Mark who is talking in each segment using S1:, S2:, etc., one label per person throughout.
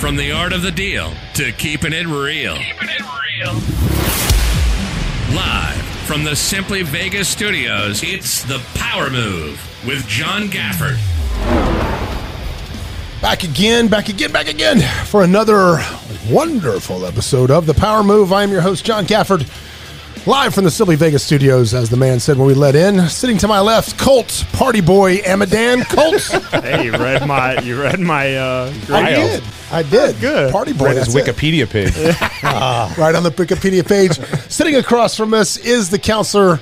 S1: From the art of the deal to keeping it real.
S2: Keeping it real.
S1: Live from the Simply Vegas studios, it's The Power Move with John Gafford.
S3: Back again, back again, back again for another wonderful episode of The Power Move. I am your host, John Gafford, live from the Silly Vegas studios, as the man said when we let in. Sitting to my left, Colt, party boy, Amadan. Colt,
S4: Hey, you read my you read my uh
S3: I
S4: bio.
S3: did. I did.
S4: good.
S3: Party boy.
S5: Read his
S3: that's it.
S5: Wikipedia page.
S3: Right on the Wikipedia page. Sitting across from us is the counselor,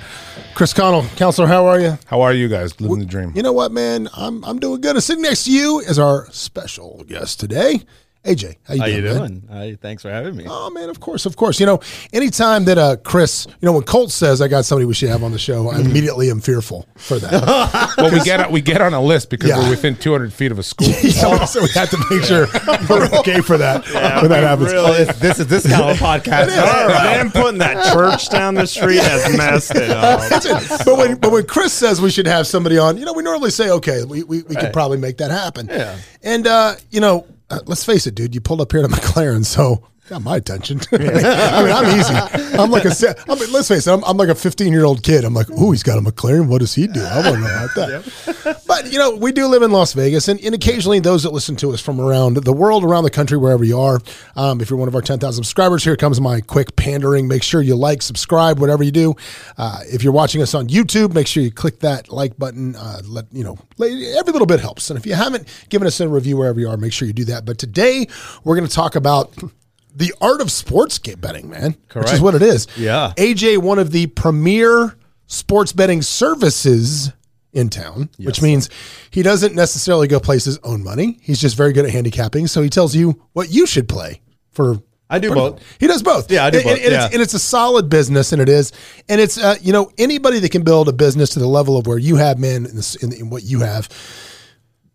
S3: Chris Connell. Counselor, how are you?
S5: How are you guys living the dream?
S3: You know what, man? I'm, I'm doing good. And sitting next to you is our special guest today, AJ. How you
S6: How
S3: doing?
S6: you
S3: man?
S6: doing? Hey, thanks for having me.
S3: Oh man, of course, of course. You know, anytime that uh Chris, you know, when Colt says I got somebody we should have on the show, I immediately am fearful for that.
S5: well, we get we get on a list because
S3: Yeah.
S5: we're within 200 feet of a school.
S3: so, so we have to make sure we're okay for that when that happens.
S4: Really?
S6: This, Oh, this is this kind of a podcast.
S4: All right. Them putting that church down the street has messed it up.
S3: That's it. But when but when Chris says we should have somebody on, you know, we normally say okay, we we, we could probably make that happen. Yeah. And uh, you know, uh, let's face it, dude, you pulled up here to McLaren, so. Got my attention. I mean, I'm easy. I'm like a. se- I mean, let's face it. I'm, I'm like a 15 year old kid. I'm like, oh, he's got a McLaren. What does he do? I want to know about that. But you know, we do live in Las Vegas, and, and occasionally those that listen to us from around the world, around the country, wherever you are. Um, if you're one of our 10,000 subscribers, here comes my quick pandering. Make sure you like, subscribe, whatever you do. Uh, if you're watching us on YouTube, make sure you click that like button. Uh, let you know la- every little bit helps. And if you haven't given us a review wherever you are, make sure you do that. But today we're going to talk about. The art of sports ga- betting, man. Which is
S6: Correct.
S3: what it is.
S6: Yeah.
S3: AJ, one of the premier sports betting services in town, which means he doesn't necessarily go place his own money. He's just very good at handicapping. So he tells you what you should play for.
S6: I do
S3: for-
S6: both.
S3: He does both.
S6: Yeah, I do
S3: And- and-
S6: both,
S3: And,
S6: yeah.
S3: it's, and it's a solid business, and it is. And it's uh, you know anybody that can build a business to the level of where you have, man, in, this, in, in what you have,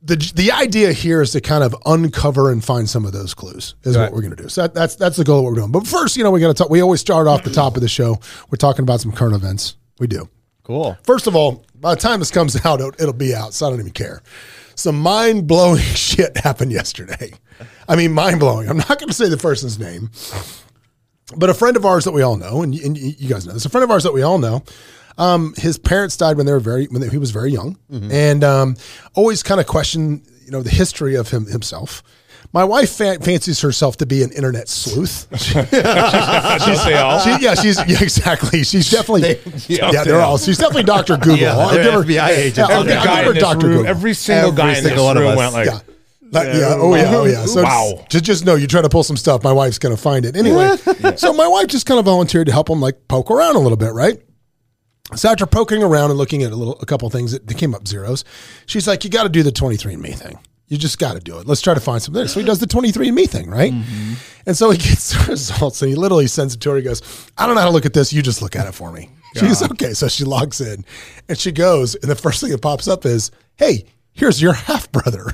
S3: the the idea here is to kind of uncover and find some of those clues is what
S5: Right.
S3: we're going to do. So that, that's that's the goal of what we're doing. But first, you know, we got to talk. We always start off the top of the show. We're talking about some current events. We do.
S6: Cool.
S3: First of all, by the time this comes out, it'll, it'll be out, so I don't even care. Some mind blowing shit happened yesterday. I mean, mind blowing. I'm not going to say the person's name, but a friend of ours that we all know, and, y- and y- you guys know this, a friend of ours that we all know, um, his parents died when they were very when they- he was very young,
S5: Mm-hmm.
S3: and um, always kind of questioned you know the history of him himself. My wife fa- fancies herself to be an internet sleuth.
S5: Just say all.
S3: She, yeah, she's yeah, exactly. She's definitely yeah,
S5: yeah.
S3: they're all. She's definitely Doctor Google.
S6: Yeah,
S3: I'll
S6: they're
S3: give her-
S6: FBI agents.
S3: Yeah, I'll,
S5: Every
S3: give- I'll
S5: guy
S3: give
S5: in
S3: her
S5: this
S3: Doctor
S5: room,
S3: Google.
S5: every single
S6: Every
S5: guy in
S6: single
S5: this
S6: one of
S5: room
S6: us.
S5: went like,
S3: yeah. Like, yeah. Oh yeah. Oh yeah. So
S5: Wow.
S3: just- Just just know you try to pull some stuff. My wife's gonna find it anyway. So my wife just kind of volunteered to help him like poke around a little bit, right? So after poking around and looking at a little, a couple things that that came up zeros, she's like, "You got to do the 23andMe thing. You just got to do it. Let's try to find something." So he does the 23andMe thing, right?
S5: Mm-hmm.
S3: And so he gets the results, and he literally sends it to her. He goes, "I don't know how to look at this. You just look at it for me." She's okay. So she logs in, and she goes, and the first thing that pops up is, "Hey, here's your half brother."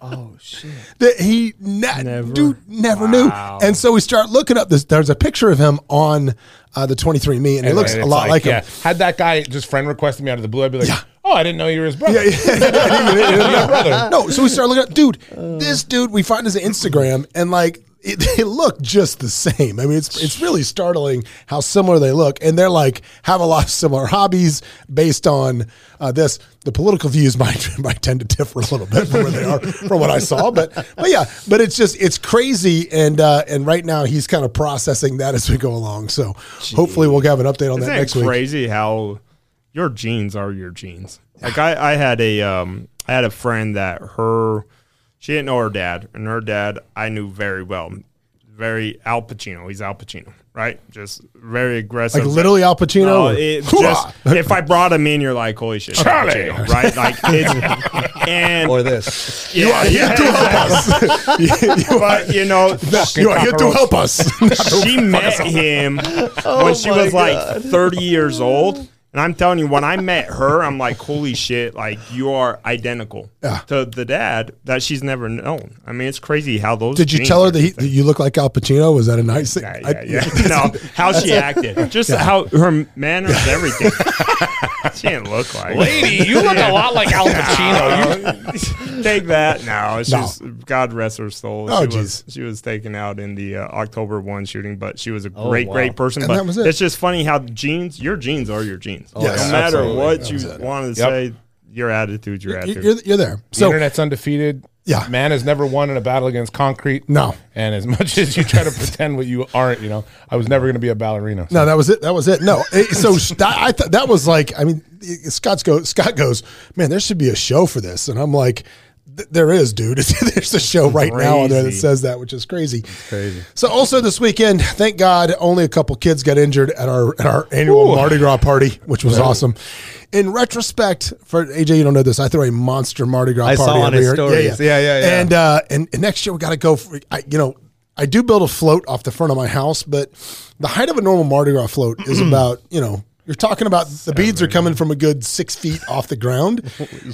S3: that he ne-
S4: Never.
S3: dude never knew. And so we start looking up this. There's a picture of him on uh, the 23andMe, and it looks
S5: and
S3: a
S5: it's
S3: lot like,
S5: yeah.
S3: him.
S5: Had that guy just friend requested me out of the blue, I'd be like, oh, I didn't know you were his brother.
S3: Yeah, yeah.
S5: brother.
S3: No, so we start looking up, dude. This dude we find his Instagram, and like it, they look just the same. I mean, it's it's really startling how similar they look, and they're like have a lot of similar hobbies based on uh, this. The political views might might tend to differ a little bit from where they are from what I saw, but but yeah, but it's just it's crazy, and uh, and right now he's kind of processing that as we go along. So hopefully we'll have an update on that next
S4: Isn't it
S3: week.
S4: crazy how your genes are your genes? Like I, I had a um I had a friend that her she didn't know her dad, and her dad I knew very well. Very Al Pacino. He's Al Pacino, right? Just very aggressive.
S3: Like literally Al Pacino.
S4: No,
S3: or-
S4: Uh, it
S3: Hoo-ah!
S4: just, if I brought him in, you're like, holy shit,
S5: Charlie!
S4: Al Pacino, right? Like, it's, and
S6: Or this.
S4: yeah, yeah, but you know,
S3: you are here to help Oh us.
S4: she met him when she was like 30 years old. And I'm telling you, when I met her, I'm like, holy shit, like you are identical to the dad that she's never known. I mean, it's crazy how those.
S3: Did you
S4: genes
S3: tell her
S4: are-
S3: that, he, that you look like Al Pacino? Was that a nice thing?
S4: Yeah,
S3: I-
S4: yeah, yeah. no, how she acted, just how her manners, everything. she didn't look like
S5: Lady, you look a lot like Al Pacino. You-
S4: it. Take that. No,
S3: No.
S4: she's God rest her soul.
S3: Oh,
S4: she
S3: geez.
S4: was she was taken out in the uh, October one shooting, but she was a
S6: Oh,
S4: great,
S6: wow.
S4: great person.
S3: And
S4: but
S3: that was it.
S4: it's just funny how genes, your genes are your genes.
S3: Yes,
S4: no matter
S5: absolutely.
S4: what
S3: That
S4: you
S3: was it.
S4: want to
S5: Yep.
S4: say, your attitude, your
S3: You're,
S4: attitude.
S3: you're, you're there.
S5: the
S3: So
S5: internet's undefeated.
S3: Yeah.
S5: Man has never won in a battle against concrete.
S3: No.
S5: And as much as you try to pretend what you aren't, you know, I was never going to be a ballerina.
S3: No, that was it. That was it. No, it- so that, I th- that was like, I mean, eh, Scott's go, Scott goes, man, there should be a show for this, and I'm like, "Th- there is, dude. There's a show right now on there that
S4: Crazy.
S3: says that, which is crazy. crazy. So also this weekend, thank God, only a couple kids got injured at our at our annual Mardi Gras party, which was awesome. In retrospect, for AJ, you don't know this, I throw a monster Mardi Gras
S6: I
S3: party
S6: saw on
S3: every
S6: his
S3: year.
S6: stories. Yeah, yeah, yeah.
S3: And and, uh, and, and next year we got to go for I, you know I do build a float off the front of my house, but the height of a normal Mardi Gras float
S6: Mm-hmm.
S3: is about you know you're talking about the beads are coming from a good six feet off the ground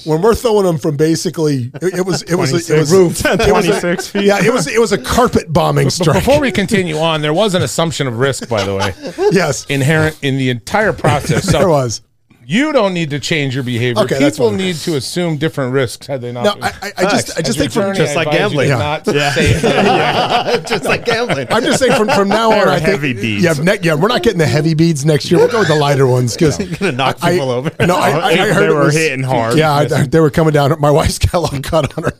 S3: when we're throwing them from basically it, it was it was a- it was
S4: 26
S3: it was a-
S4: 26 feet.
S3: yeah it was it was a carpet bombing
S5: But
S3: strike
S5: before we continue on, there was an assumption of risk, by the way,
S3: yes
S5: inherent in the entire process. So
S3: there was
S5: you don't need to change your behavior.
S3: Okay, that's
S5: People
S3: what it
S5: need to assume different risks had they not.
S3: no I, I, I just I just think from
S6: Just like gambling.
S3: Yeah.
S5: yeah.
S6: just like gambling.
S3: I'm just saying from, from now on,
S4: They're
S3: I
S4: heavy
S3: think,
S4: beads.
S3: Yeah, ne- yeah, we're not getting the heavy beads next year. We'll go with the lighter ones because you're
S6: gonna knock people over.
S3: No, I, I, I
S4: They
S3: heard it
S4: were
S3: was-
S4: hitting hard.
S3: Yeah, I, they were coming down. My wife's got a lot of cut on her.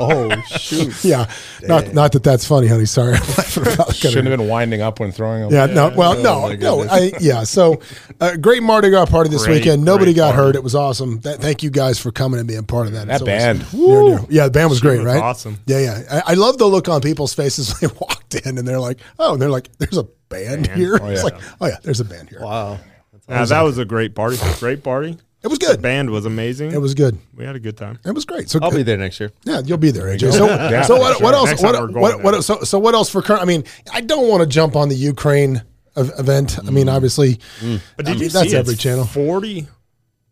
S6: oh shoot!
S3: yeah, not not that that's funny, honey. Sorry, I'm laughing about cutting her.
S5: Shouldn't have been winding up when throwing them.
S3: Yeah, no, well,
S4: Oh
S3: no,
S6: my
S3: no,
S6: goodness.
S3: I, yeah. So, uh, great Mardi Gras party this
S4: Great,
S3: weekend. Nobody
S4: great
S3: got
S4: party.
S3: hurt. It was awesome. Th- thank you guys for coming and being part of that. It's
S5: That
S3: always
S5: band.
S3: near and dear. yeah, the band was great,
S4: was
S3: right?
S4: awesome.
S3: Yeah, yeah. I, I love the look on people's faces when they walked in and they're like, oh, and they're like, there's a band, here. It's
S5: yeah.
S3: like, oh yeah, there's a band here.
S6: Wow.
S4: Yeah, that was a great party. Great party.
S3: It was
S4: The
S3: good.
S4: band was amazing.
S3: It was good.
S4: We had a good time.
S3: It was great. So
S6: I'll be there next year.
S3: Yeah, you'll be there, AJ. So, so what,
S4: sure.
S3: what else?
S4: Next time
S3: What,
S4: we're going
S3: what, what,
S4: there.
S3: so, so what else for current? I mean, I don't want to jump on the Ukraine ev- event. I
S4: Mm.
S3: mean, obviously,
S4: But
S3: I
S4: did
S3: mean,
S4: you see
S3: that's
S4: it's
S3: every channel.
S4: Forty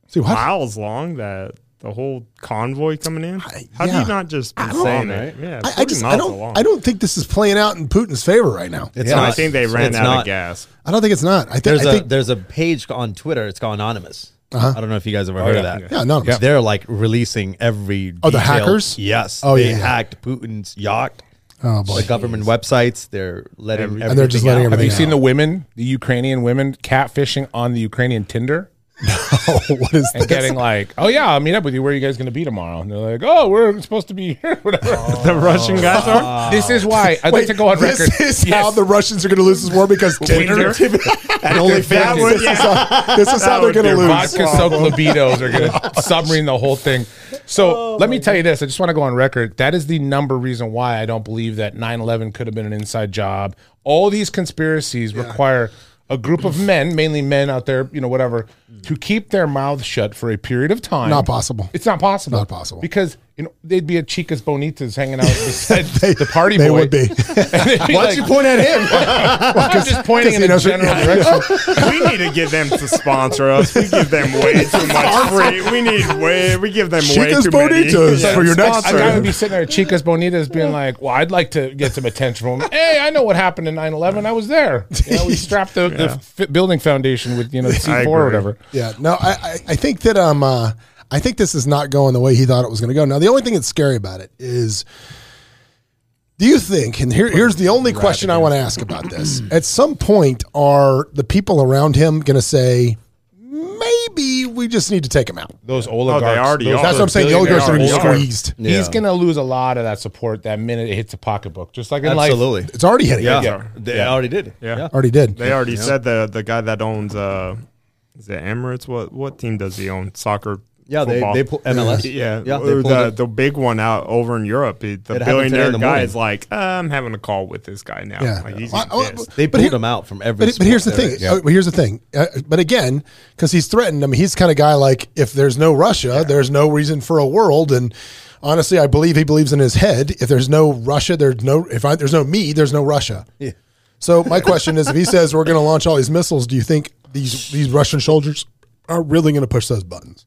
S3: See what?
S4: miles long that the whole convoy coming in. How do
S3: yeah.
S4: you not just be
S3: don't-
S4: saying
S6: Insane,
S4: it? Yeah,
S3: I, I
S4: 40
S3: just I
S4: miles
S3: don't
S4: along.
S3: I don't think this is playing out in Putin's favor right now.
S6: It's
S4: Yeah,
S6: not.
S4: I think they ran
S6: It's
S4: out
S6: not.
S4: of gas.
S3: I don't think it's not. I think
S6: There's
S3: I
S6: a
S3: think
S6: there's a page on Twitter. It's called anonymous. I don't know if you guys ever heard
S5: yeah.
S6: of that.
S3: Uh-huh. yeah, no.
S5: Yeah.
S6: They're like releasing every.
S3: Oh, the
S6: detail.
S3: hackers?
S6: Yes.
S3: Oh,
S6: Oh, they
S3: yeah, yeah.
S6: hacked Putin's yacht.
S3: Oh boy,
S6: The government websites. They're letting.
S4: Everything.
S6: everything
S3: and they're just letting
S6: out.
S5: Have
S3: everything.
S5: you seen
S3: out.
S5: the women, the Ukrainian women, catfishing on the Ukrainian Tinder?
S3: Oh, what is
S5: and
S3: this?
S5: getting like, oh yeah, I'll meet up with you. Where are you guys going to be tomorrow? And they're like, oh, we're supposed to be here. Whatever.
S6: Oh.
S4: The Russian guys are.
S5: this is why I'd like to go on
S3: this
S5: record.
S3: is how the Russians are going to lose this war because Tinder. this is
S6: And only
S4: That
S6: fans.
S4: would- yeah.
S3: how, this is how they're
S4: would
S3: going to
S4: do
S3: lose.
S5: vodka soaked libidos are going to submarine the whole thing.
S3: Oh
S5: So let me tell you this. I just want to go on record. That is the number reason why I don't believe that 9 11 could have been an inside job. All these conspiracies require a group of men, mainly men out there, you know, whatever, to keep their mouths shut for a period of time.
S3: Not possible.
S5: It's not possible.
S3: Not possible.
S5: Because you know, they'd be a Chicas Bonitas hanging out beside the party
S3: they
S5: boy.
S3: would be.
S5: Why'd you point at him? I'm just pointing in
S3: he
S5: a
S3: knows-
S5: general direction.
S4: we need to get them to sponsor us. We give them way too much free. We need way. We give them way
S3: Chicas
S4: too many.
S3: bonitas for your next
S5: I guy would be sitting there at Chicas Bonitas being like, well, I'd like to get some attention from him. Hey, I know what happened in 9 11. I was there. You know, we strapped the, the f- building foundation with, you know, C4 or
S4: agree.
S5: whatever.
S3: Yeah, no, I, I, I think that um, uh, I think this is not going the way he thought it was going to go. Now, the only thing that's scary about it is, do you think? And here, here's the only question I want to ask about this: At some point, are the people around him going to say, maybe we just need to take him out?
S5: Those
S6: Oh,
S5: oligarchs.
S4: already
S5: those-
S4: are.
S3: That's what I'm
S5: those
S3: saying. The
S5: billionaires
S3: oligarchs are going to be
S4: They are.
S3: squeezed.
S6: Yeah.
S5: He's going to lose a lot of that support that minute it hits a pocketbook, just like in life.
S6: Absolutely.
S3: It's already hitting.
S6: Yeah.
S5: Yeah.
S6: They already did.
S4: Yeah.
S3: already did.
S4: They already said the the guy that owns uh, is it Emirates? What what team does he own? Soccer.
S6: Yeah, they-
S4: football?
S6: they pull- MLS.
S4: Yeah,
S6: Yeah,
S4: yeah.
S6: they pulled
S4: the,
S6: it.
S4: the big one out over in Europe. The
S6: It happened today in
S4: billionaire
S6: the
S4: guy
S6: morning.
S4: is like, uh, I'm having a call with this guy now.
S3: Yeah.
S4: Like, he's
S3: Well, I- oh,
S4: pissed.
S6: They
S3: But
S6: pulled
S3: here-
S6: him out from every.
S3: But, but here's the
S6: sport
S3: thing.
S6: there is.
S3: Uh, but here's the thing. Uh, but again, because he's threatened. I mean, he's the kind of guy like if there's no Russia, there's no reason for a world. And honestly, I believe he believes in his head. If there's no Russia, there's no if I, there's no me, there's no Russia.
S6: Yeah.
S3: So my question is, if he says we're going to launch all these missiles, do you think these these Russian soldiers are really going to push those buttons?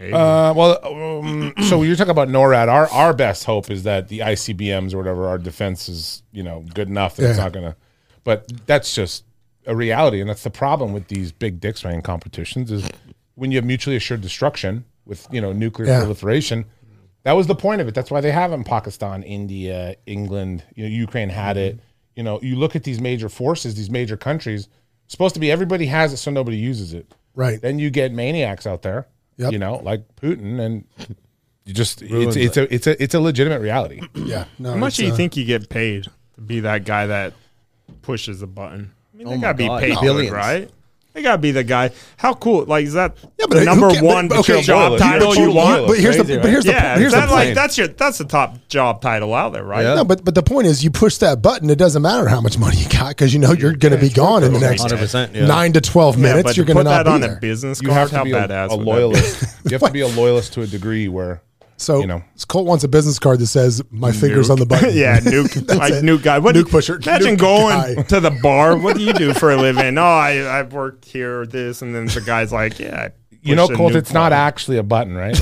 S5: Uh, well, um, so you're talking about NORAD. Our our best hope is that the ICBMs or whatever our defense is, you know, good enough that it's
S3: Yeah.
S5: not gonna. But that's just a reality, and that's the problem with these big dick swinging competitions is when you have mutually assured destruction with you know nuclear
S3: Yeah.
S5: proliferation. That was the point of it. That's why they have it in Pakistan, India, England. You know, Ukraine had it. You know, you look at these major forces, these major countries. Supposed to be everybody has it, so nobody uses it.
S3: Right.
S5: Then you get maniacs out there.
S3: Yep.
S5: You know, like Putin, and you just it's, it's a it's a it's a legitimate reality.
S3: Yeah. No,
S4: How much
S3: it's,
S4: do you
S3: uh,
S4: think you get paid to be that guy that pushes the button? I
S3: Oh
S4: mean, they gotta be
S6: God,
S4: paid
S6: billions.
S4: good, right? They gotta be the guy. How cool? Like, is that
S3: Yeah, but who
S4: number
S3: ca- but-
S4: one
S3: but
S4: but your
S3: okay,
S4: job
S5: but
S4: title
S5: you-
S4: you
S5: but
S4: want?
S5: you-
S3: But here's
S5: Crazy,
S3: the but here's the
S4: yeah,
S3: here's the
S4: that,
S3: point.
S4: like, that's your that's the top job title out there, right?
S6: Yeah.
S3: No, but but the point is, you push that button. It doesn't matter how much money you got because you know you're going to be gone in the next
S6: 100%, yeah.
S3: nine to twelve
S4: Yeah,
S3: minutes.
S4: but
S3: you're
S4: to
S3: going
S4: put
S3: to not
S4: that
S3: be
S4: on
S3: there.
S4: a business
S5: you
S4: card,
S5: have to
S4: how
S5: be a,
S4: badass
S5: a
S4: would that be?
S5: loyalist. you have to be a loyalist to a degree where
S3: So
S5: you know.
S3: Colt wants a business card that says "My fingers on the button."
S4: yeah, nuke,
S3: That's
S4: like
S3: it.
S4: nuke guy. What
S3: nuke pusher.
S4: Imagine
S3: Nuke
S4: going
S3: guy.
S4: to the bar. What do you do for a living? Oh, I I've worked here, this, and then the guy's like, yeah. I
S5: you know,
S4: pushed a
S5: Colt.
S4: nuke
S5: It's not
S4: button.
S5: actually a button, right?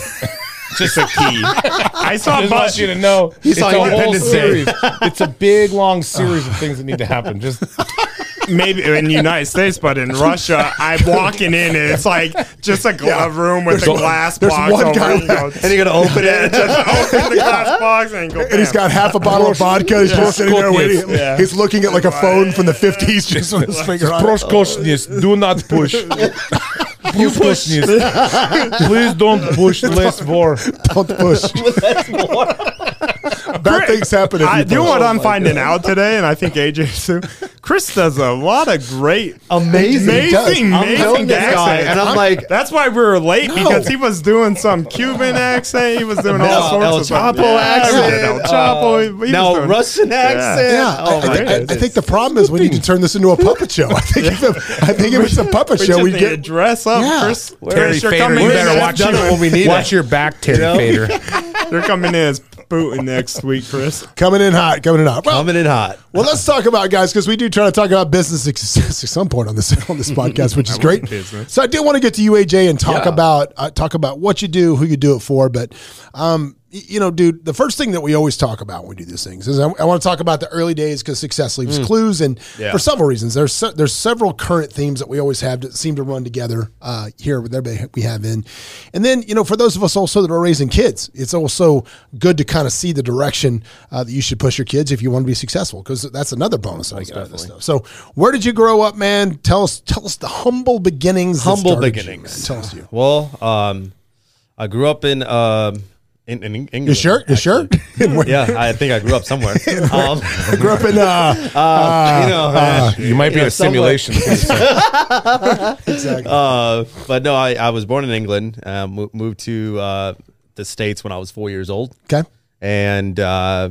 S4: just a key. I saw a
S5: just want you
S4: button.
S5: to know it's
S3: saw
S5: a whole
S4: Independence Day.
S5: series. it's a big long series of things that need to happen. Just
S4: maybe in the United States, but in Russia, I'm walking in and it's like just a glove room with
S3: There's
S4: a
S3: a-
S4: glass
S3: there's
S4: box
S3: one
S4: over
S3: guy
S4: it. You go,
S6: And you're gonna open
S4: yeah,
S6: it.
S4: just open the glass box and go.
S3: And he's got half a bottle of vodka. He's just sitting there waiting.
S4: Yeah.
S3: He's looking at like a phone from the fifties, just with his finger on. it.
S5: Proskoshness, do not push. Proskoshness. Please don't push less war.
S3: Don't push. Bad things happen if
S4: I,
S3: you
S4: you know
S3: push.
S4: what I'm finding out today, and I think AJ too. Chris does a lot of great,
S6: Amazing.
S3: He does.
S4: amazing,
S6: I'm
S4: amazing
S6: knowing this guy,
S4: accents.
S6: and I'm like-
S4: that's why we were late
S3: No.
S4: because he was doing some Cuban accent. He was doing all
S6: El-
S4: sorts
S6: El
S4: of stuff.
S6: Chapo
S4: Yeah, we did El
S6: accent, Uh,
S4: Chapo. He- he was
S6: Now
S4: doing-
S6: Russian accent.
S3: Yeah, I-
S6: Oh
S3: I,
S6: my
S3: think, I- I
S6: goodness.
S3: think the problem is we need to turn this into a puppet show. I think if, it- I think if it's a puppet
S4: We
S3: show,
S4: just
S3: we
S4: need to
S3: get
S4: dress up,
S3: Yeah.
S4: Chris.
S5: Terry
S4: Chris, you're
S5: Fader,
S4: coming
S5: you
S4: in
S5: better
S4: as
S5: watch
S4: Putin.
S5: your,
S6: when we need
S5: watch your back, Terry Fader.
S4: They're coming in as Putin next week, Chris.
S3: coming in hot, coming in hot. Well,
S6: Coming in hot.
S3: well, let's talk about it, guys because we do try to talk about business success at some point on this on this podcast, which is great.
S4: business.
S3: So I do want to get to UAJ and talk about uh, talk about what you do, who you do it for, but um, y- you know, dude, the first thing that we always talk about when we do these things is I, want to talk about the early days because success leaves clues, and for several reasons, there's se- there's several current themes that we always have that seem to run together uh, here with everybody we have in, and then you know, for those of us also that are raising kids, it's also good to kind of see the direction uh, that you should push your kids if you want to be successful because that's another bonus
S6: Oh,
S3: that we get out of this stuff. So, where did you grow up, man? Tell us, tell us the humble beginnings. that
S6: Humble
S3: started you,
S6: beginnings.
S3: man. tell us you.
S6: Well, um, I grew up in um, in, in England.
S3: Your shirt, your shirt.
S6: Yeah, I think I grew up somewhere. Um,
S3: grew up in uh,
S6: uh, you know, uh,
S5: You might be
S6: You know,
S5: in a
S6: somewhat-
S5: simulation.
S3: exactly.
S6: uh, but no, I, I was born in England. Uh, mo- moved to uh, the states when I was four years old.
S3: okay.
S6: and uh,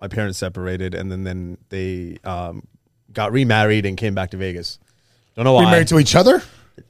S6: my parents separated, and then then they um, got remarried and came back to Vegas. Don't know why.
S3: We married to each other.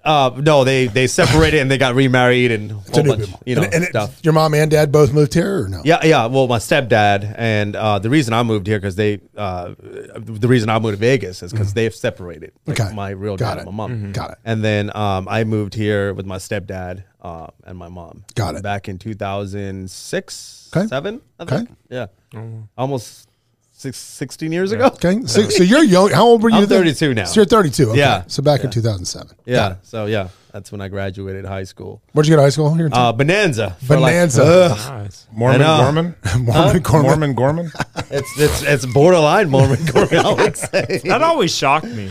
S6: uh, no, they they separated and they got remarried and
S3: To
S6: a whole
S3: do
S6: bunch,
S3: it.
S6: you know
S3: and, and it-
S6: stuff.
S3: your mom and dad both moved here, or no?
S6: yeah, yeah. Well, my stepdad and uh, the reason I moved here because they uh, the reason I moved to Vegas is because they've separated. Like,
S3: Mm-hmm. Okay.
S6: my real
S3: Got
S6: dad and
S3: it. Mm-hmm.
S6: my mom.
S3: Got it.
S6: And then um, I moved here with my stepdad uh, and my mom.
S3: Got it.
S6: Back in 2006,
S3: Okay.
S6: seven, I
S3: Okay.
S6: think. Yeah.
S4: Oh,
S6: Almost six, 16 years ago.
S3: Okay. So, so you're young. How old were you?
S6: I'm
S3: then?
S6: 32 now.
S3: So you're 32. Okay.
S6: Yeah.
S3: So back in 2007.
S6: Yeah. So, yeah, that's when I graduated high school.
S3: Where'd you go to high school? Here in
S6: Uh, Bonanza. for like-
S3: Bonanza.
S4: Nice.
S5: Mormon
S6: I know.
S5: Gorman?
S3: Mormon Gorman.
S5: Mormon Gorman?
S6: it's, it's, it's borderline Mormon Gorman, I would say.
S4: That always shocked me.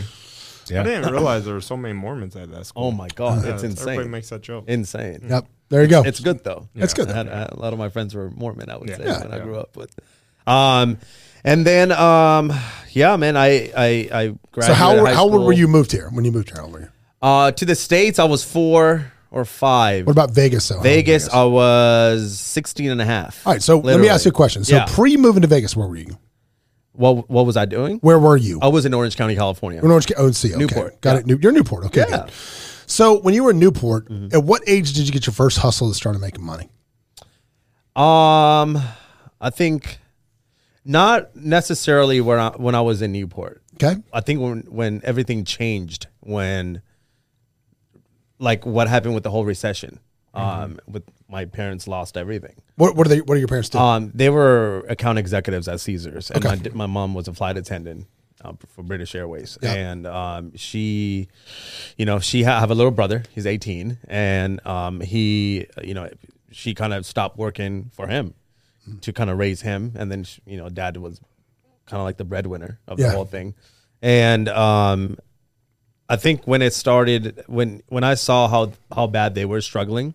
S4: I
S5: Yeah.
S4: didn't realize there were so many Mormons at that school.
S6: Oh, my God. it's
S4: Everybody
S6: insane.
S4: makes that joke.
S6: Insane.
S3: Yep. There you go.
S6: It's good, though.
S3: That's good.
S6: I had- I had a lot of my friends were Mormon. I would say
S3: Yeah.
S6: when I grew up with. Um, and then um, yeah, man, I I I graduated.
S3: so how
S6: high
S3: how old were
S6: school.
S3: you moved here? When you moved here, how old were you?
S6: Uh, to the states, I was four or five.
S3: What about Vegas? Though? How old were you?
S6: Vegas, I was 16 and a half.
S3: All right. So let me
S6: Literally.
S3: ask you a question. So
S6: Yeah.
S3: pre moving to Vegas, where were you?
S6: what what was I doing?
S3: Where were you?
S6: I was in Orange County, California.
S3: In Orange County. ONC. Okay.
S6: Oh. Newport,
S3: Got
S6: yeah.
S3: it. New, you're Newport. Okay.
S6: Yeah. Mm-hmm.
S3: Good. So when you were in Newport, at what age did you get your first hustle that started making money?
S6: Um, I think not necessarily when I when I was in Newport.
S3: Okay.
S6: I think when when everything changed when like what happened with the whole recession. Um, with my parents lost everything.
S3: What, what are they?
S6: Uh,
S3: What are your parents doing?
S6: Um, they were account executives at Caesars, and my, my mom was a flight attendant um, for British Airways, and um, she, you know, she ha- have a little brother. He's 18, and um, he, you know, she kind of stopped working for him to kind of raise him, and then sh you know, dad was kind of like the breadwinner of
S3: Yeah.
S6: the whole thing, and um, I think when it started, when when I saw how how bad they were struggling,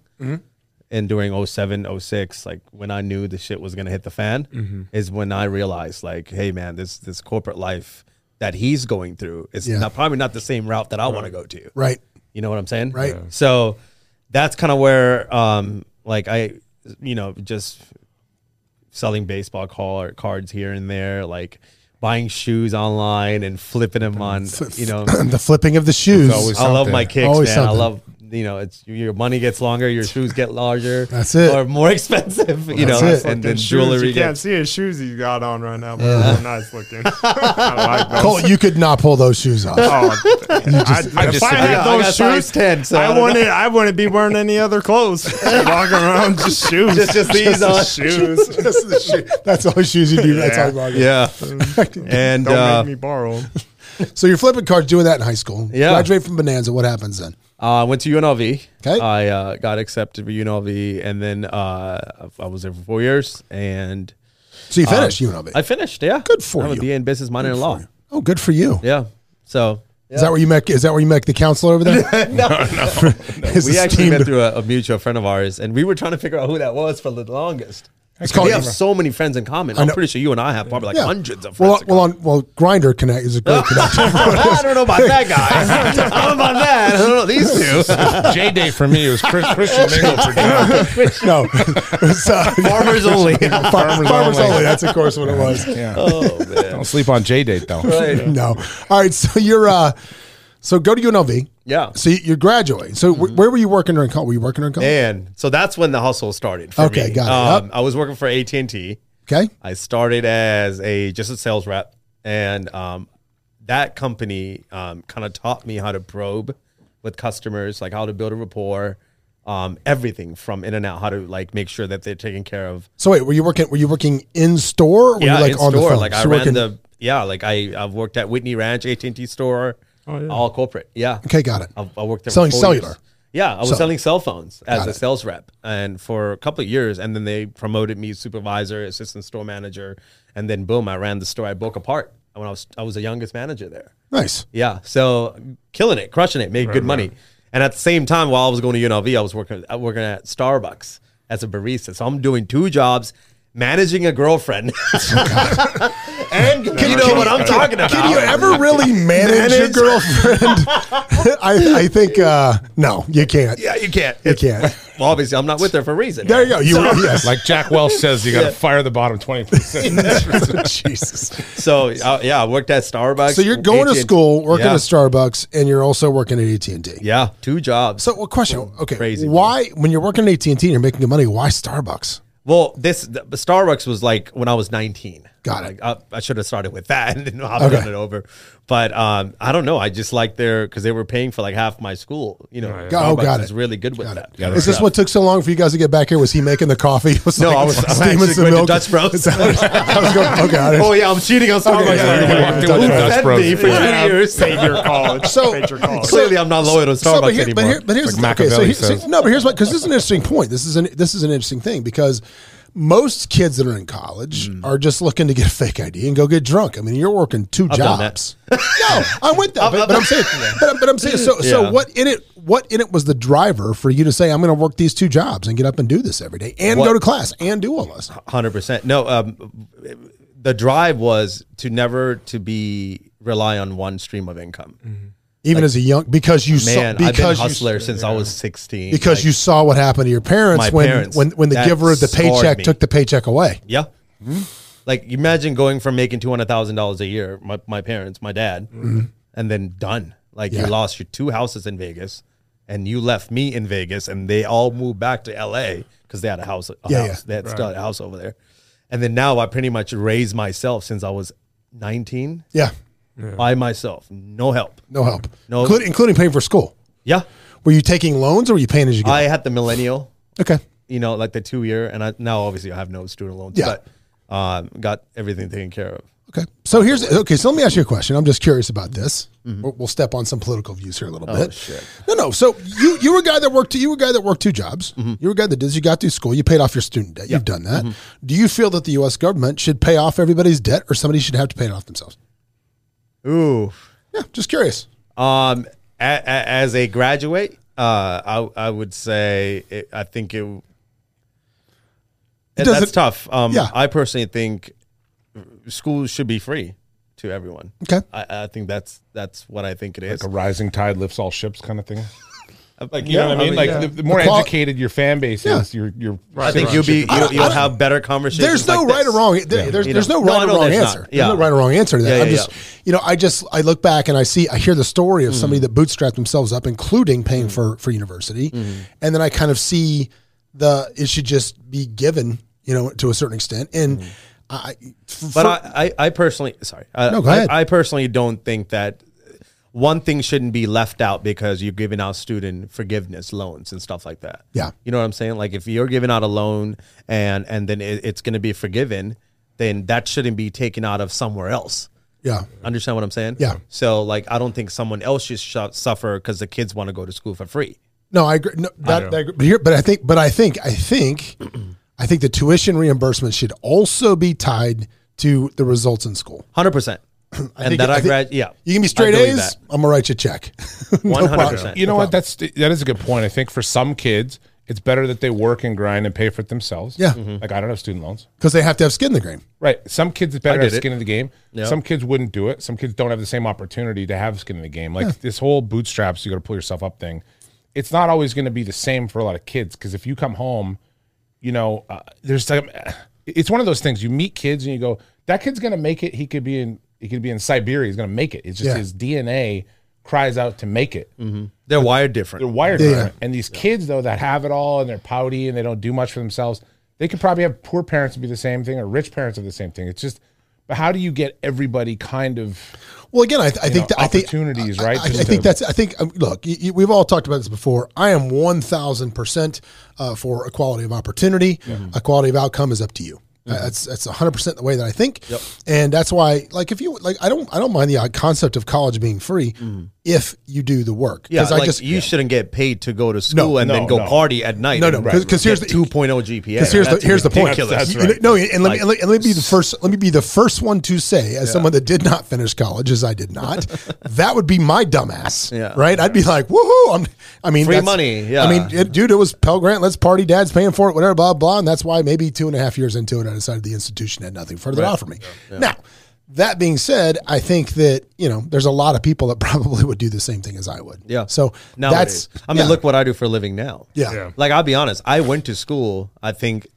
S6: and during 07, 06, like when I knew the shit was gonna hit the fan,
S3: Mm-hmm.
S6: is when I realized like, hey man, this this corporate life that he's going through is
S3: Yeah.
S6: not, probably not the same route that I want to go to.
S3: Right.
S6: You know what I'm saying?
S3: Right. Yeah.
S6: So that's kind of where, um, like I, you know, just selling baseball call cards here and there, like buying shoes online and flipping them on, you know.
S3: the flipping of the shoes.
S5: It's always-
S6: I love
S5: something.
S6: my kicks,
S3: Always
S6: man.
S3: something.
S6: I love you know, it's your money gets longer, your shoes get larger.
S3: That's it.
S6: Or more expensive, you
S3: That's
S6: know,
S3: it.
S6: and then
S4: Shoes,
S6: jewelry
S4: You can't
S6: gets
S4: see his shoes he's got on right now, but they're nice looking. I like those.
S3: Colt, you could not pull those shoes off.
S4: Oh, I, if
S6: just-
S4: I had
S6: I got
S4: those
S6: size
S4: shoes,
S6: 10, so I
S4: I,
S6: don't
S4: wouldn't. I wouldn't be wearing any other clothes. Walking around just shoes,
S6: Just- just these on.
S4: shoes.
S3: Just the shoe- That's all the shoes you do. That's all
S4: Yeah.
S3: you bargain.
S6: Yeah. and
S4: Don't
S6: uh,
S4: make me borrow 'em.
S3: So you're flipping cards, doing that in high school.
S6: Yeah.
S3: Graduate from Bonanza. What happens then?
S6: Uh, I went to UNLV.
S3: 'Kay.
S6: I uh, got accepted for UNLV, and then uh, I was there for four years, and
S3: So you finished UNLV.
S6: Uh, I finished. Yeah,
S3: Good for
S6: I'm
S3: you.
S6: a BA in business, minor in law.
S3: oh, good for you.
S6: Yeah, so
S3: Is that where you met? Is that where you met the counselor over there? no, no.
S6: we actually met through a, a mutual friend of ours, and we were trying to figure out who that was for the longest.
S3: It's called.
S6: we have so many friends in common. I'm
S3: Oh, know.
S6: pretty sure you and I have probably like
S3: yeah.
S6: hundreds of
S3: Well,
S6: friends. in
S3: well, on, well, Grinder Connect is a great connection.
S6: I don't know about that guy. I don't know about that. I don't know these two.
S5: J Day for me, it was Chris, Christian Mingle for John.
S3: no, it was, uh,
S6: Farmers only.
S3: farmers,
S5: Farmers
S3: only.
S5: Only.
S3: That's of course what it was.
S6: oh man.
S5: Don't sleep on J Date though.
S3: No. All right. So you're. uh So go to UNLV.
S6: Yeah.
S3: So you- you're graduating. So wh-
S6: Mm-hmm.
S3: where were you working during college? Were you working during college?
S6: And so that's when the hustle started. For
S3: Okay,
S6: me.
S3: got it.
S6: um,
S3: Yep.
S6: I was working for AT and T.
S3: Okay.
S6: I started as a just a sales rep, and um, that company um, kind of taught me how to probe with customers, like how to build a rapport, um, everything from in and out, how to like make sure that they're taken care of.
S3: So wait, were you working? Were you working in store? Or were you like
S6: in
S3: on the
S6: store.
S3: phone?
S6: Like
S3: So
S6: I
S3: you're
S6: ran
S3: working-
S6: the yeah, like I I've worked at Whitney Ranch, AT and T store, all corporate. Yeah.
S3: Okay, got it.
S6: I, I worked there for
S3: Selling
S6: four
S3: cellular.
S6: years. Yeah, I was
S3: So-
S6: selling cell phones as
S3: Got
S6: a
S3: it.
S6: sales rep, and for a couple of years, and then they promoted me supervisor, assistant store manager, and then boom, I ran the store. I broke apart when I was I was the youngest manager there.
S3: Nice.
S6: Yeah, so killing it, crushing it, made good money. And at the same time, while I was going to UNLV, I was working I was working at Starbucks as a barista. So I'm doing two jobs, managing a girlfriend, and you know what I'm talking about.
S3: Can you ever really manage, your
S6: Manage?
S3: girlfriend? I, I think uh, no, you can't.
S6: Yeah, you can't.
S3: You can't.
S6: Well, obviously, I'm not with her for a reason.
S3: There you go. You were yes.
S5: Like Jack Welch says, you got to fire the bottom twenty percent.
S3: Jesus.
S6: So uh, yeah, I worked at Starbucks.
S3: So you're going to
S6: AT&T.
S3: school, working
S6: Yeah.
S3: at Starbucks, and you're also working at AT and T.
S6: Yeah, two jobs.
S3: So, well, question. Okay,
S6: Crazy,
S3: why when you're working at AT and T, you're making good money. Why Starbucks?
S6: Well, this the the Starbucks was like when I was 19.
S3: Got
S6: Like,
S3: it.
S6: I, I should have started with that and then hopped
S3: Okay.
S6: on it over. But um, I don't know. I just like their because they were paying for like half my school. You know,
S3: Got- oh, got
S6: Starbucks is
S3: it.
S6: really good with that.
S3: Is this what took so long for you guys to get back here? Was he making the coffee? It
S6: No, I was, I was actually going to Dutch Bros.
S3: I was going, okay, I
S6: oh yeah, I'm cheating on Starbucks.
S3: yeah, yeah, yeah.
S6: Who
S5: Doing Dutch
S6: fed
S5: Bros.
S6: me for
S4: Yeah.
S6: two years.
S4: Save your college.
S3: So-
S4: Save your college.
S6: Clearly, I'm not loyal to Starbucks
S3: but, here-
S6: anymore.
S3: but here- but here's
S5: Like
S3: the- okay, so
S5: Machiavelli
S3: here- so-
S5: says.
S3: no, but here's what because this is an interesting point. This is an this is an interesting thing because most kids that are in college
S6: Hmm.
S3: are just looking to get a fake ID and go get drunk. I mean, you're working 2
S6: done
S3: jobs. no, I went there, but,
S6: I've
S3: but I'm
S6: done-
S3: saying, but, but I'm saying, so
S6: Yeah.
S3: so what in it? What in it was the driver for you to say I'm going to work these two jobs and get up and do this every day and go
S6: What-
S3: to class and do all this?
S6: Hundred percent. No, um, the drive was to never to be rely on one stream of income.
S3: Even as a young, because you
S6: Man,
S3: saw,
S6: I've been
S3: because you-
S6: hustler since I was sixteen.
S3: because
S6: Like,
S3: you saw what happened to your parents
S6: My
S3: when
S6: parents.
S3: when when the
S6: That
S3: giver of the
S6: scarred
S3: paycheck
S6: me.
S3: took the paycheck away.
S6: yeah, like imagine going from making two hundred thousand dollars a year, my, my parents, my dad, and then done. Like
S3: Mm-hmm. Yeah.
S6: you lost your two houses in Vegas, and you left me in Vegas, and they all moved back to L.A. because they had a house. A
S3: Yeah, yeah.
S6: house. They had still had a house over there, and then now I pretty much raised myself since I was nineteen
S3: Yeah,
S6: by myself, no help.
S3: no help.
S6: No.
S3: Includ- including paying for school.
S6: Yeah.
S3: Were you taking loans or were you paying as you go?
S6: I had the millennial,
S3: okay.
S6: you know, like the two year, and I now obviously I have no student loans.
S3: Yeah.
S6: But um, got everything taken care of.
S3: Okay. So here's okay. So let me ask you a question. I'm just curious about this.
S6: Mm-hmm.
S3: We'll, we'll step on some political views here a
S6: Oh,
S3: little bit. No, no. So you you were a guy that worked. You were a guy that worked two jobs.
S6: Mm-hmm.
S3: You were a guy that did. You got through school. You paid off your student debt. You've done that.
S6: Mm-hmm.
S3: Do you feel that the U.S. government should pay off everybody's debt, or somebody should have to pay it off themselves?
S6: Ooh.
S3: Yeah, just curious.
S6: Um, a, a, as a graduate, uh, I I would say it, I think it. and
S3: doesn't-
S6: that's tough. Um,
S3: Yeah.
S6: I personally think schools should be free to everyone.
S3: Okay.
S6: I, I think that's that's what I think it is.
S5: Like a rising tide lifts all ships kind of thing. Like you
S6: Yeah,
S5: know what I mean? like the, the more
S3: The quali-
S5: educated your fan base
S3: Yeah.
S5: is, your your
S6: I think you'll be
S3: I
S6: you'll,
S3: don't- I
S6: you'll
S3: don't-
S6: have better conversations.
S3: There's no
S6: like
S3: right or
S6: this.
S3: wrong. There- there's,
S6: You
S3: there's
S6: know.
S3: no
S6: No, I
S3: right
S6: know
S3: or wrong
S6: there's
S3: answer.
S6: not.
S3: There's
S6: Yeah.
S3: no right or wrong answer to that.
S6: Yeah,
S3: I'm
S6: yeah,
S3: just, you know, I just I look back and I see I hear the story of somebody
S6: Mm-hmm.
S3: that bootstrapped themselves up, including paying for for university,
S6: Mm-hmm.
S3: and then I kind of see the it should just be given, you know, to a certain extent. And I, f-
S6: Mm-hmm. But
S3: for-
S6: I, I, I personally, sorry, I,
S3: No, go ahead.
S6: I, I personally don't think that one thing shouldn't be left out because you're giving out student forgiveness loans and stuff like that.
S3: Yeah.
S6: you know what I'm saying. Like if you're giving out a loan and and then it, it's going to be forgiven, then that shouldn't be taken out of somewhere else.
S3: yeah,
S6: Understand what I'm saying?
S3: Yeah.
S6: So like, I don't think someone else should sh- suffer because the kids want to go to school for free.
S3: no, I agree. No, that, I agree. But here, but I think, but I think, I think, I think the tuition reimbursement should also be tied to the results in school.
S6: Hundred percent. And
S3: think-
S6: that I,
S3: I think-
S6: grad, yeah.
S3: You can be straight
S6: I believe
S3: A's.
S6: that.
S3: I'm gonna write you a check. No problem.
S6: 100%.
S5: you know what? That's that is a good point. I think for some kids, it's better that they work and grind and pay for it themselves.
S3: Yeah. Mhm.
S5: like I don't have student loans.
S3: because they have to have skin in the game.
S5: Right. Some kids it's better to
S6: I
S5: have
S6: get it.
S5: skin in the game. Some kids wouldn't do it. Some kids don't have the same opportunity to have skin in the game. Like this whole bootstraps, you got to pull yourself up thing. It's not always going to be the same for a lot of kids because if you come home, you know, uh, there's some, it's one of those things. You meet kids and you go, that kid's going to make it. He could be in he could be in Siberia. He's going to make it. It's just
S3: Yeah.
S5: his DNA cries out to make it.
S6: They're wired different.
S5: They're wired
S3: Yeah.
S5: different. And these kids though that have it all and they're pouty and they don't do much for themselves, they could probably have poor parents and be the same thing or rich parents are the same thing. It's just but how do you get everybody kind of
S3: Well, again, I, th- I
S5: You
S3: think
S5: know,
S3: that, I think
S5: opportunities,
S3: I-
S5: right?
S3: I, I
S5: Just
S3: think
S5: to-
S3: that's. I think. um, Look, you, you, we've all talked about this before. I am one thousand percent uh, for equality of opportunity.
S5: Mm-hmm.
S3: Equality of outcome is up to you. Uh, That's that's hundred percent the way that I think. And that's why, like, if you like, I don't I don't mind the uh, concept of college being free
S5: Mm.
S3: if you do the work.
S6: Yeah,
S3: Because I
S6: like
S3: just
S6: you shouldn't get paid to go to school and then
S5: no,
S6: go
S5: no.
S6: party at night.
S3: No, no, 'cause- 'cause here's the-
S6: two oh GPA.
S3: Because here's
S6: That's
S3: the here's the point.
S6: ridiculous.
S5: That's-
S3: You-
S5: right.
S3: No, and let, me,
S6: Like-
S3: let, me- let me be the first. Let me be the first one to say, as someone that did not finish college, as I did not, that would be my dumbass.
S6: Yeah.
S3: Right? I'd be like, woohoo! I'm, I mean,
S6: Free
S3: that's-
S6: money, yeah.
S3: I mean, it- dude, it was Pell Grant. Let's party. Dad's paying for it. Whatever. Blah blah. And that's why maybe two and a half years into it, I decided the institution had nothing further to offer me. Now. That being said, I think that you know there's a lot of people that probably would do the same thing as I would.
S6: Yeah.
S3: So
S6: Now
S3: that's
S6: I mean,
S3: yeah.
S6: look what I do for a living now.
S3: Yeah.
S4: Yeah.
S6: Like I'll be honest, I went to school. I think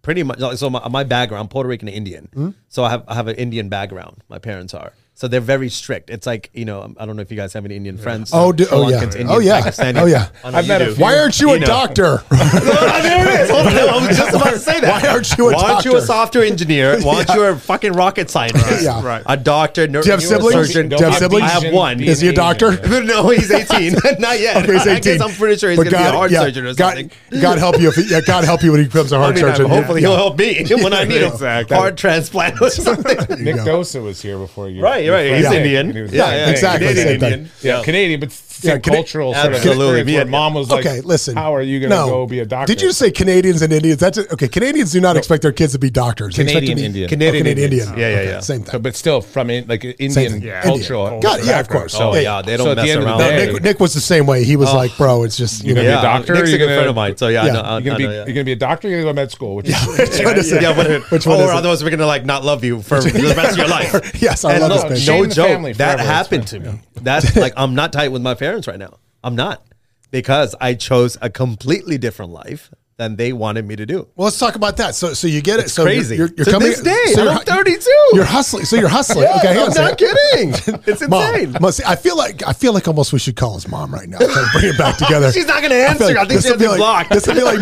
S6: pretty much. Like, so my, my background, I'm Puerto Rican and Indian.
S3: Mm-hmm.
S6: So I have I have an Indian background. My parents are. So they're very strict. It's like you know I don't know if you guys have any Indian friends.
S3: Oh, do,
S6: Sri
S3: oh yeah.
S6: Lankans,
S3: oh
S6: Indians,
S3: yeah.
S6: Pakistani.
S3: Oh yeah.
S6: I know
S5: I've
S6: you
S5: met a
S6: do.
S5: few-
S3: Why aren't you a
S6: You know.
S3: doctor?
S6: Oh, there it is. Hold on, I was just about to say that.
S3: Why aren't you a
S6: Why aren't you a
S3: doctor?
S6: software engineer? Why aren't you a fucking rocket scientist?
S3: Yeah.
S4: Right.
S6: A doctor, nurse,
S3: Do you have siblings?
S6: surgeon.
S3: Do you have siblings?
S6: I have one.
S3: Is he a doctor?
S6: no, he's 18. Not yet.
S3: Okay, he's 18.
S6: I guess I'm pretty sure he's
S3: But
S6: going to be a
S3: God-
S6: heart
S3: yeah,
S6: surgeon or
S3: God-
S6: something.
S3: God help you if he, yeah, God help you when he becomes a
S6: I
S3: heart
S6: mean,
S3: surgeon.
S6: hopefully
S3: Yeah.
S6: he'll help me when I need
S4: Exactly.
S6: a heart transplant or something.
S5: Nick
S3: go.
S5: Dosa was here before you.
S6: Right, right.
S5: you
S6: He's
S5: played.
S6: Indian.
S5: He was-
S6: Yeah,
S5: yeah,
S6: yeah,
S3: exactly.
S5: Canadian
S3: Same thing.
S6: Indian.
S5: Yeah, Canadian, but same
S3: Yeah, Cana-
S5: cultural sort of
S6: Absolutely.
S5: experience where
S6: Yeah.
S5: mom was like,
S3: okay, listen.
S5: How are you going to go be a doctor?
S3: Did you say Canadians and Indians? That's a, okay. Canadians do not expect their kids to be doctors. They expect
S5: Canadian
S3: to be- Oh,
S5: Indian.
S3: Canadian,
S6: Canadian
S3: Indian.
S6: Indians. Yeah, yeah,
S3: Okay,
S6: yeah.
S3: Same
S5: So,
S3: thing.
S5: but still from in, like Indian
S3: Same thing.
S5: cultural.
S4: Indian.
S3: God, yeah, of
S5: background.
S3: course.
S5: So,
S3: Oh,
S6: yeah, they don't
S5: so at the
S6: mess
S5: end of the
S6: around.
S5: day-
S6: Hey.
S3: Nick, Nick was the same way. He was like, "Bro, it's just you know."
S5: gonna be a doctor, Oh.
S6: Nick's a
S5: you're
S6: good
S5: gonna-
S6: friend of mine. So yeah,
S3: Yeah.
S6: I know, I,
S5: You're gonna
S6: I
S5: be
S6: know, yeah.
S5: you're gonna be a doctor. You're gonna go to med school, which is
S3: trying to say-
S6: yeah, but
S3: Which one
S6: or
S3: is it?
S6: otherwise we're gonna like not love you for the rest of your life.
S3: Yes, I
S6: And
S3: love
S6: look,
S3: this picture.
S5: Shame
S6: No
S5: the
S6: joke,
S5: family
S6: that
S5: forever, it's
S6: happened to me. That's like I'm not tight with my parents right now. I'm not because I chose a completely different life than they wanted me to do.
S3: Well, let's talk about that. So, so you get it. so
S6: crazy.
S3: You're, you're
S6: To
S3: coming
S6: this day,
S3: so
S6: I'm
S3: hu-
S6: 32.
S3: You're hustling. So you're hustling. okay, hang on
S6: I'm
S3: a second.
S6: not kidding. It's insane.
S3: Mom, mom, see, I feel like I feel like almost we should call his mom right now. Kind of bring it back together.
S6: She's not gonna
S3: feel
S6: answer. I think
S3: this
S6: she
S3: would be
S6: has it
S3: like-
S6: blocked.
S3: This would be like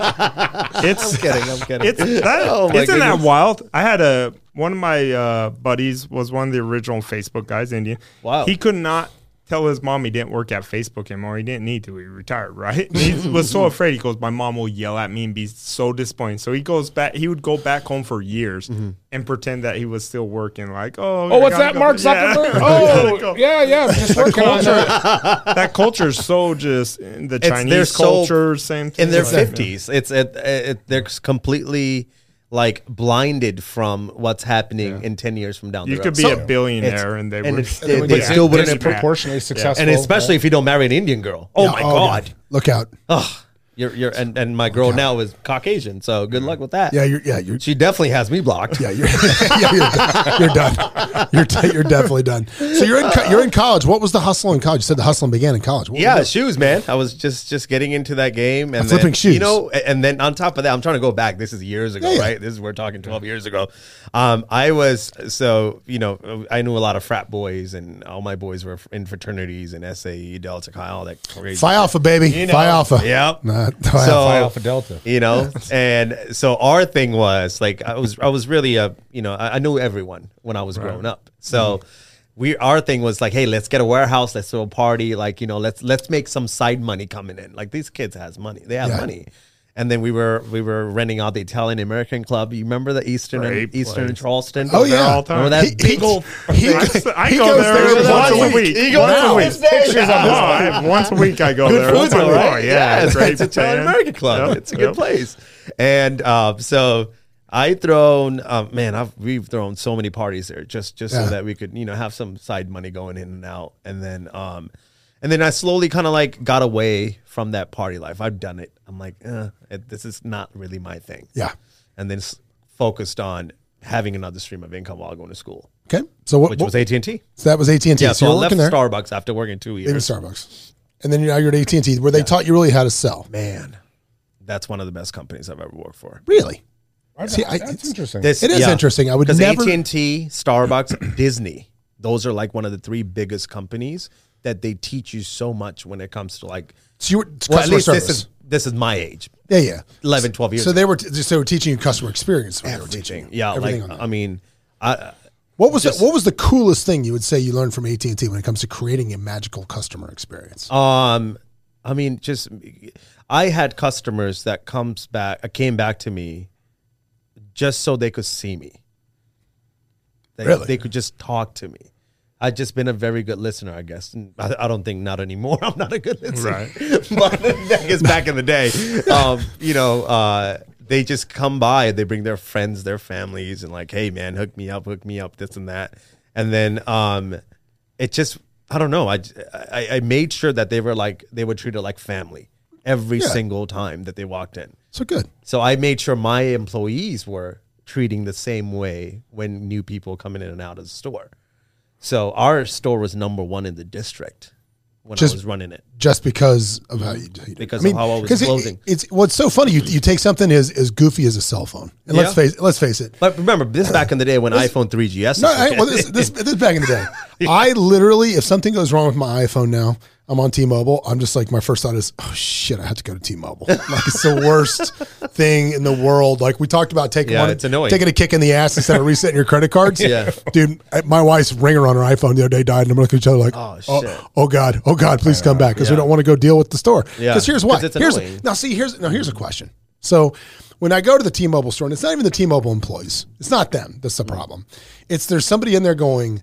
S4: It's
S6: kidding. I'm kidding.
S4: It's that,
S6: Oh, my
S4: isn't that
S6: goodness.
S4: wild? I had a one of my uh, buddies was one of the original Facebook guys, Indian.
S6: Wow.
S4: He could not tell his mom he didn't work at Facebook anymore. He didn't need to. He retired, right? he was so afraid. He goes, my mom will yell at me and be so disappointed. So he goes back. He would go back home for years
S6: Mm-hmm.
S4: and pretend that he was still working. Like, oh,
S5: Oh,
S4: I
S5: what's
S4: gotta
S5: that,
S4: go."
S5: Mark
S4: Yeah. I gotta go.
S5: Zuckerberg? Oh, yeah, yeah. Just working on that.
S4: that culture is so just uh, the
S6: they're
S4: Chinese
S6: so-
S4: culture, same thing
S6: in their
S4: Like,
S6: fifties. It's it, it, they're completely like blinded from what's happening in ten years from down the
S4: You
S6: road.
S4: could be
S6: So-
S4: a billionaire and they
S6: and
S4: would.
S6: it's-
S5: And
S6: it-
S5: they
S6: they
S5: get
S6: still wouldn't approve.
S5: disproportionately successful.
S6: And especially if you don't marry an Indian girl. Oh my god. Oh.
S3: Look out.
S6: Ugh. You're, you're, and, and my girl now is Caucasian, so good luck with that.
S3: Yeah, you're, yeah, you're,
S6: she definitely has me blocked.
S3: yeah, you're, yeah, you're, done. you're done. You're, de- you're definitely done. So you're in, co- you're in college. What was the hustle in college? You said the hustling began in college. What
S6: Yeah,
S3: was
S6: shoes, man. I was just just getting into that game and
S3: flipping
S6: then,
S3: shoes.
S6: You know, a- and then on top of that, I'm trying to go back. This is years ago,
S3: Yeah, yeah.
S6: right? This is we're talking 12 years ago. Um, I was so you know I knew a lot of frat boys, and all my boys were in fraternities and SAE, Delta Chi, all that
S3: it?
S6: crazy.
S3: Phi Alpha, baby. Phi Alpha.
S6: Yep.
S3: Nah, Phi
S6: So-
S3: Alpha.
S5: Phi Alpha Delta.
S6: you know and so our thing was like i was i was really a you know i, I knew everyone when i was growing
S3: Mm-hmm.
S6: up so we our thing was like hey let's get a warehouse let's throw a party like you know let's let's make some side money coming in like these kids has money they have
S3: Yeah.
S6: money and then we were we were renting out the Italian American Club. You remember the Eastern
S4: Great
S6: and Eastern and
S4: place.
S6: Charleston?
S3: Oh, yeah.
S4: all time.
S6: Remember that
S3: He-
S6: big
S3: he-
S6: old
S3: he-
S4: I
S3: he
S4: go
S3: goes
S4: there
S3: there
S4: once
S3: once
S4: a week.
S6: He goes
S4: once
S6: to
S4: a week.
S6: this day.
S4: Pictures of him. Once a week I go there.
S6: good food
S4: Once a
S6: though,
S4: week.
S6: right?
S4: Yeah,
S6: it's,
S4: great
S6: it's a Italian
S4: band.
S6: American club.
S4: Yep,
S6: It's a good
S4: yep.
S6: place. And uh, so I thrown, uh, man, I've we've thrown so many parties there just just
S3: Yeah.
S6: so that we could you know have some side money going in and out, and then um, and then I slowly kind of like got away from that party life. I've done it. I'm like, eh, it- this is not really my thing.
S3: Yeah.
S6: and then s- focused on having another stream of income while going to school,
S3: Okay. So what,
S6: which
S3: what-
S6: was AT and T.
S3: so that was AT&T.
S6: Yeah,
S3: so
S6: so I
S3: you're
S6: left
S3: working there.
S6: Starbucks after working two
S3: Even
S6: years.
S3: Starbucks. And then now you're at AT&T where they taught you really how to sell.
S6: Man, that's one of the best companies I've ever worked for.
S3: Really?
S5: That's
S3: See, I- it's-
S5: interesting.
S6: This-
S3: It is interesting. I would
S6: because
S3: never-
S6: AT and T, Starbucks, Disney. Those are like one of the three biggest companies that they teach you so much when it comes to like.
S3: So you were it's
S6: Well, at
S3: customer
S6: least
S3: service.
S6: this is this is my age,
S3: yeah, yeah.
S6: 11, 12 years.
S3: So they were, t- so they were teaching you customer experience. when they were teaching
S6: everything.
S3: you.
S6: Yeah,
S3: Everything
S6: like uh,
S3: on that.
S6: I mean, I,
S3: What was the, what was the coolest thing you would say you learned from AT and T when it comes to creating a magical customer experience?
S6: Um, I mean, just I had customers that comes back came back to me just so they could see me. They,
S3: Really?
S6: they could just talk to me. I've just been a very good listener, I guess. And I, I don't think not anymore. I'm not a good listener,
S4: Right.
S6: but I guess back in the day, um, you know, uh, they just come by. They bring their friends, their families, and like, hey, man, hook me up, hook me up, this and that. And then um, it just, I don't know. I, I I made sure that they were like they were treated like family every
S3: Yeah.
S6: single time that they walked in.
S3: So good.
S6: So I made sure my employees were treating the same way when new people coming in and out of the store. So our store was number one in the district when
S3: Just-
S6: I was running it.
S3: Just because of how you, how you
S6: Because
S3: I mean,
S6: of how I was
S3: 'cause it-
S6: closing.
S3: it's what's so funny. You, you take something as, as goofy as a cell phone, and let's
S6: Yeah.
S3: face let's face it.
S6: But remember, this back in the day when iPhone 3GS.
S3: No,
S6: was
S3: I, well,
S6: okay.
S3: this, this this is back in the day. I literally, if something goes wrong with my iPhone now, I'm on T-Mobile. I'm just like my first thought is, oh shit, I have to go to T-Mobile. Like it's the worst thing in the world. Like we talked about taking
S6: Yeah,
S3: one,
S6: it's annoying.
S3: taking a kick in the ass instead of resetting your credit cards.
S6: Yeah.
S3: dude, I- my wife's ringer on her iPhone the other day died, and I'm looking at each other like, oh,
S6: Oh,
S3: oh,
S6: shit.
S3: god, oh god, please come back because we
S6: Yeah.
S3: don't want to go deal with the store.
S6: Yeah.
S3: Because here's why.
S6: 'Cause it's
S3: here's
S6: annoying.
S3: now see here's now here's a question. So when I go to the T-Mobile store, and it's not even the T-Mobile employees, it's not them. That's
S6: Mm.
S3: the problem. It's there's somebody in there going,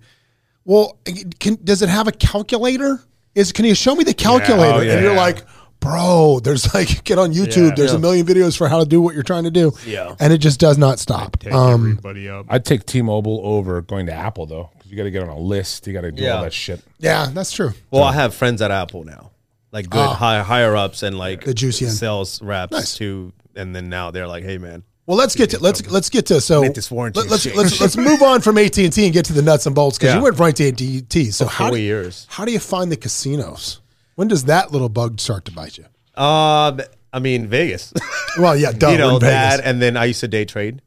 S3: "Well, can, does it have a calculator? Is can you show me the calculator?" And you're
S4: yeah.
S3: like, "Bro, there's like get on YouTube.
S4: Yeah.
S3: there's a
S6: Oh, Yeah.
S3: million videos for how to do what you're trying to do."
S6: Yeah.
S3: and it just does not stop.
S4: Take
S3: Um,
S4: everybody up.
S5: I'd take T-Mobile over going to Apple though, because you got to get on a list. You got to do
S6: Yeah.
S5: all that shit.
S3: yeah, that's true.
S6: well, I have friends at Apple now, like good high, higher ups and like
S3: Ah. The juicy end.
S6: sales reps
S3: Nice.
S6: too. And then now they're like, hey, man.
S3: Well, let's get to let's let's get to so
S6: Make this warranty
S3: let, us
S6: shit.
S3: let's let's move on from AT and T and get to the nuts and bolts because
S6: Yeah.
S3: you went from AT and T. So how
S6: four
S3: do,
S6: years.
S3: How do you find the casinos? When does that little bug start to bite you?
S6: Um, I mean, Vegas.
S3: Well, yeah, duh,
S6: you
S3: we're
S6: know
S3: Oh, in Vegas.
S6: that, and then I used to day trade,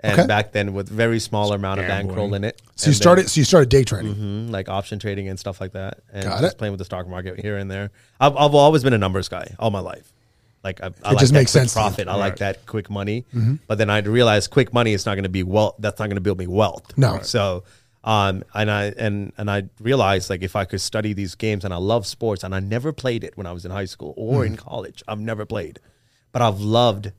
S6: and
S3: Okay.
S6: back then with very small amount of bankroll in it.
S3: So you
S6: And then,
S3: started so you started day trading.
S6: mm, like option trading and stuff like that, and
S3: Got
S6: just
S3: it.
S6: playing with the stock market here and there. I've, I've always been a numbers guy all my life. Like I, I
S3: It
S6: like
S3: just
S6: that
S3: makes
S6: quick
S3: sense Mm-hmm. to you.
S6: profit. I like that quick money. But then I realized quick money is not going to be wealth. That's not going to build me wealth.
S3: No.
S6: So Um, and I and and I realized like if I could study these games, and I love sports, and I never played it when I was in high school or
S3: Mm-hmm.
S6: in college. I've never played, but I've loved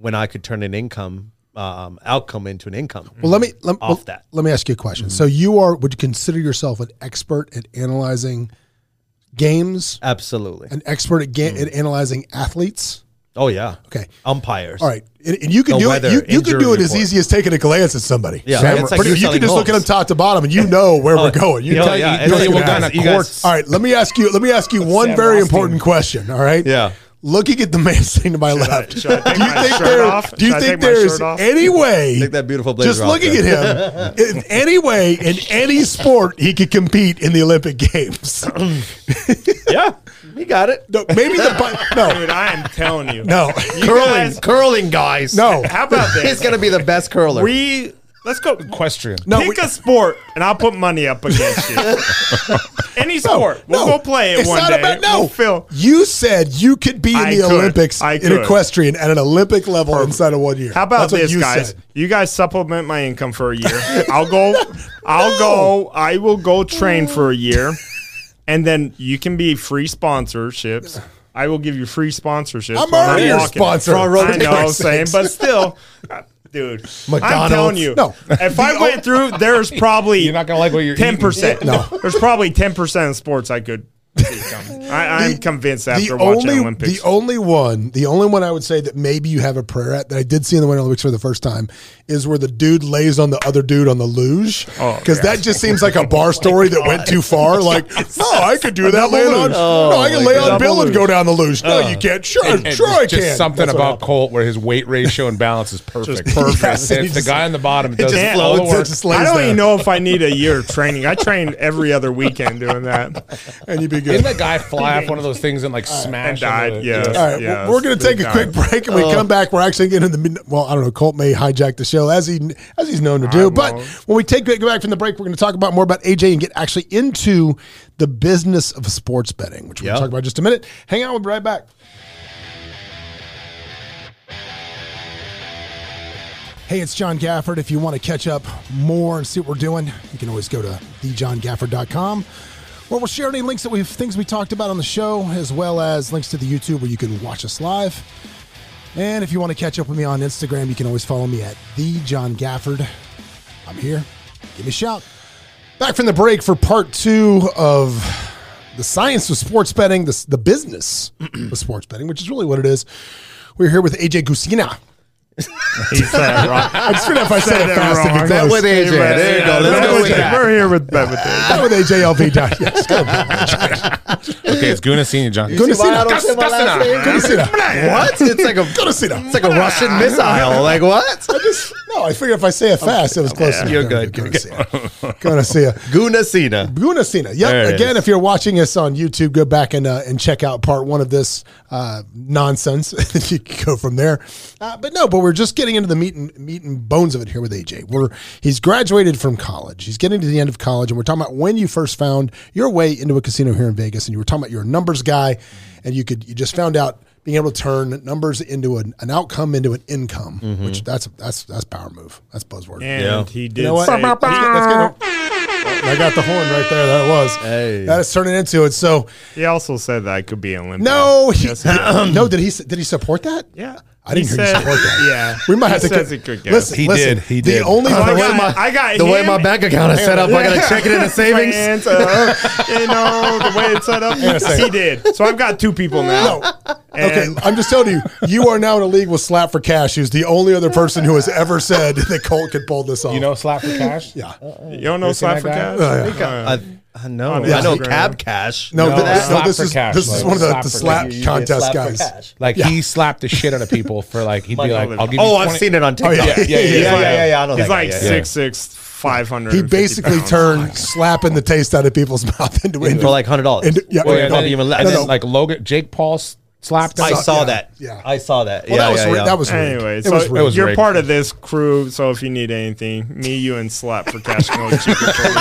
S6: when I could turn an income um, outcome into an income.
S3: Well, let me let,
S6: Off
S3: well,
S6: that. Mm-hmm.
S3: let me ask you a question. So you are would you consider yourself an expert at analyzing games?
S6: Absolutely.
S3: An expert at, ga-
S6: Mm-hmm.
S3: at analyzing athletes?
S6: Oh yeah.
S3: Okay.
S6: Umpires.
S3: All right, and, and you can
S6: The
S3: do
S6: weather,
S3: it. You, you can
S6: injury
S3: do it as
S6: report.
S3: easy as taking a glance at somebody.
S6: Yeah,
S3: Sam,
S6: it's like
S3: pretty-
S6: you're
S3: you can
S6: selling
S3: just look at them
S6: homes.
S3: top to bottom, and you know where we're going. You
S6: yeah,
S3: tell-
S6: yeah,
S3: you
S6: it's
S3: know
S6: like
S3: what
S6: you
S3: happens.
S6: guys- you guys-
S3: All right, let me ask you. Let me ask you one
S5: Sam
S3: very
S5: Rothstein.
S3: important question. All right.
S6: Yeah.
S3: Looking at the man sitting to my left,
S4: should I take
S3: do you
S4: my
S3: think
S4: shirt
S3: there-
S4: off?
S3: Do you
S4: Should I
S3: think
S4: take my
S3: there's
S4: shirt off?
S3: any way?
S6: Take that beautiful blazer
S3: Just
S6: off,
S3: looking at
S6: Jeff.
S3: him, in any way, in any sport, he could compete in the Olympic Games.
S6: Yeah. We got it.
S3: No, maybe the bu- no,
S4: Dude, I am telling you.
S3: no,
S4: Curling. guys-
S6: curling guys.
S3: no.
S4: How about
S6: He's
S4: this?
S6: gonna be the best curler.
S4: We let's go.
S5: Equestrian.
S3: No,
S4: Pick
S3: we-
S4: a sport, and I'll put money up against you. Any sport, we'll
S3: no.
S4: go play it
S3: it's
S4: one
S3: not
S4: day.
S3: About, no,
S4: We'll feel-
S3: you said you could be in
S4: I
S3: the
S4: could.
S3: Olympics
S4: I
S3: in
S4: could.
S3: equestrian at an Olympic level inside of one year.
S4: How about
S3: That's what
S4: this,
S3: you
S4: guys?
S3: said.
S4: You guys supplement my income for a year. I'll go. I'll go. I will go train for a year, and then you can be free sponsorships. I will give you free sponsorships.
S3: I'm
S4: when
S3: already your
S4: walking.
S3: sponsor. Front row
S4: I know, I'm
S3: tickets.
S4: saying, but still, uh, dude, I'm
S3: McDonald's.
S4: telling you,
S3: No.
S4: if I went through, there's probably
S5: You're not gonna like what you're
S4: ten percent.
S5: eating.
S4: No, there's probably ten percent of sports I could. Become. I, I'm convinced after watching
S3: only,
S4: Olympics.
S3: The only one, the only one I would say that maybe you have a prayer at that I did see in the Winter Olympics for the first time is where the dude lays on the other dude on the luge.
S4: Oh,
S3: Because that just seems like a bar story that went too far. Like, oh, I could do that. Laying on, no,
S4: Oh
S3: I can lay on Bill and go down the luge. No,
S4: Uh,
S3: you can't. Sure,
S5: And
S3: sure, I
S5: just
S3: can.
S5: something
S3: That's what
S5: about Colt where his weight ratio and balance is perfect. perfect.
S3: Yes,
S5: And
S3: he
S5: it's the
S3: just-
S5: guy on the bottom. does
S6: just
S5: all the
S6: floats. It
S5: work.
S3: just-
S4: I
S3: lays
S4: don't
S3: there.
S4: even know if I need a year of training. I train every other weekend doing that.
S3: happened. and you'd be good.
S5: Didn't that guy fly off one of those things and like smash?
S4: And died,
S5: into the-
S4: yeah.
S3: All right,
S4: Yeah,
S3: well, we're going
S4: it's
S3: to take a
S4: big
S3: quick break, and we come back. We're actually getting in the mid- well. I don't know. Colt may hijack the show as he as he's known to do. but
S4: won't.
S3: when we take go back from the break, we're going to talk about more about AJ and get actually into the business of sports betting, which we're going to
S6: Yeah.
S3: talk about in just a minute. Hang on, we'll be right back. Hey, it's John Gafford. If you want to catch up more and see what we're doing, you can always go to thejohngafford.com where we'll share any links that we've things we talked about on the show, as well as links to the YouTube where you can watch us live. And if you want to catch up with me on Instagram, you can always follow me at the John Gafford. I'm here. Give me a shout. Back from the break for part two of the science of sports betting, the, the business of sports betting, which is really what it is. We're here with AJ Gusina.
S4: He said it wrong.
S3: I just forgot if I said it fast. If it
S6: Bet
S3: goes.
S6: with AJ. There you go. Let's go with that.
S4: We're here with Bevity.
S3: Not with AJLV. Doc. Yes, go.
S5: Okay, it's Guna Senior John.
S3: Gonna see that.
S6: don't say my last name?
S3: Gonna see that.
S6: What? It's like a
S3: Gonna see that.
S6: it's like a Russian missile. Like what?
S3: Just- no, I figured if I say it fast, it was close. enough.
S6: you're
S3: There we
S6: good.
S3: go. Gonna see it. Gonna see it.
S6: Guna Cena.
S3: Guna Cena.
S6: There
S3: Yep.
S6: it
S3: Again,
S6: is.
S3: if you're watching us on YouTube, go back and uh, and check out part one of this uh, nonsense. you can go from there. Uh, but no, but we're just getting into the meat and meat and bones of it here with AJ. We're he's graduated from college. He's getting to the end of college, and we're talking about when you first found your way into a casino here in Vegas, and you were talking about you're a numbers guy, and you could you just found out being able to turn numbers into an, an outcome into an income,
S6: Mm-hmm.
S3: which that's that's that's power move. That's buzzword.
S4: And
S6: Yeah.
S4: he did
S3: You know what?
S4: say,
S3: That's gonna- I got the horn right there. That was.
S6: Hey.
S3: That is turning into it. So
S4: he also said that I could be an Olympian.
S3: no, he,
S4: Yes, he did.
S3: no. Did he did he support that?
S4: yeah.
S3: I didn't
S4: He
S3: hear you
S4: said-
S3: support that.
S4: Yeah.
S3: We might
S4: He
S3: have to
S4: says he could guess.
S3: listen.
S5: He
S3: listen,
S5: did, he
S3: The
S5: did.
S3: only
S4: I
S3: the way
S4: got-
S3: my
S4: I got
S6: The way
S4: him
S6: my bank account is set up, I gotta check it into savings.
S4: plans, uh, you know the way it's set up. Yes, he did. So I've got two people now.
S3: okay.
S4: And-
S3: I'm just telling you, you are now in a league with Slap for Cash, who's the only other person who has ever said that Colt could pull this off.
S5: You know, slap for cash.
S3: yeah.
S4: you don't know
S5: seen
S4: Slap
S5: that
S4: for
S5: guy?
S4: Cash?
S3: Oh, yeah.
S4: I think I-
S6: I, I know.
S4: Yeah.
S6: I know
S4: Instagram.
S6: Cab Cash.
S3: No,
S5: No,
S3: th- this,
S5: slap
S3: no, this
S5: for
S3: is
S5: cash,
S3: this is
S5: like,
S3: one of the,
S5: slap
S3: the
S5: for
S3: slap
S5: cash. You get
S3: contest
S6: slap for
S3: guys.
S6: cash.
S5: Like he slapped the shit out of people for like he'd be like,
S4: Oliver.
S5: I'll give you.
S6: Oh, I've
S5: 20
S6: seen it on TikTok.
S3: yeah, yeah,
S6: yeah, yeah, yeah, yeah, I know
S4: He's
S6: that guy,
S4: like
S6: yeah.
S4: six six, five hundred.
S3: He basically turned slapping the taste out of people's mouth into into
S6: For like hundred dollars.
S3: into- yeah,
S5: Well, yeah,
S3: no,
S5: and then,
S6: don't even let-
S5: and
S6: no,
S5: then
S6: no.
S5: like Logan, Jake Paul s- slapped him.
S6: I saw
S3: yeah,
S6: that.
S3: yeah.
S6: I saw that.
S3: Well,
S6: yeah,
S3: that was
S6: yeah,
S3: ri-
S6: yeah.
S3: that was rigged.
S4: Anyway,
S3: It
S4: so
S3: was rigged.
S5: was
S4: you're
S5: rigged.
S4: part of this crew. So if you need anything, me, you, and Slap for Cash can always keep it going.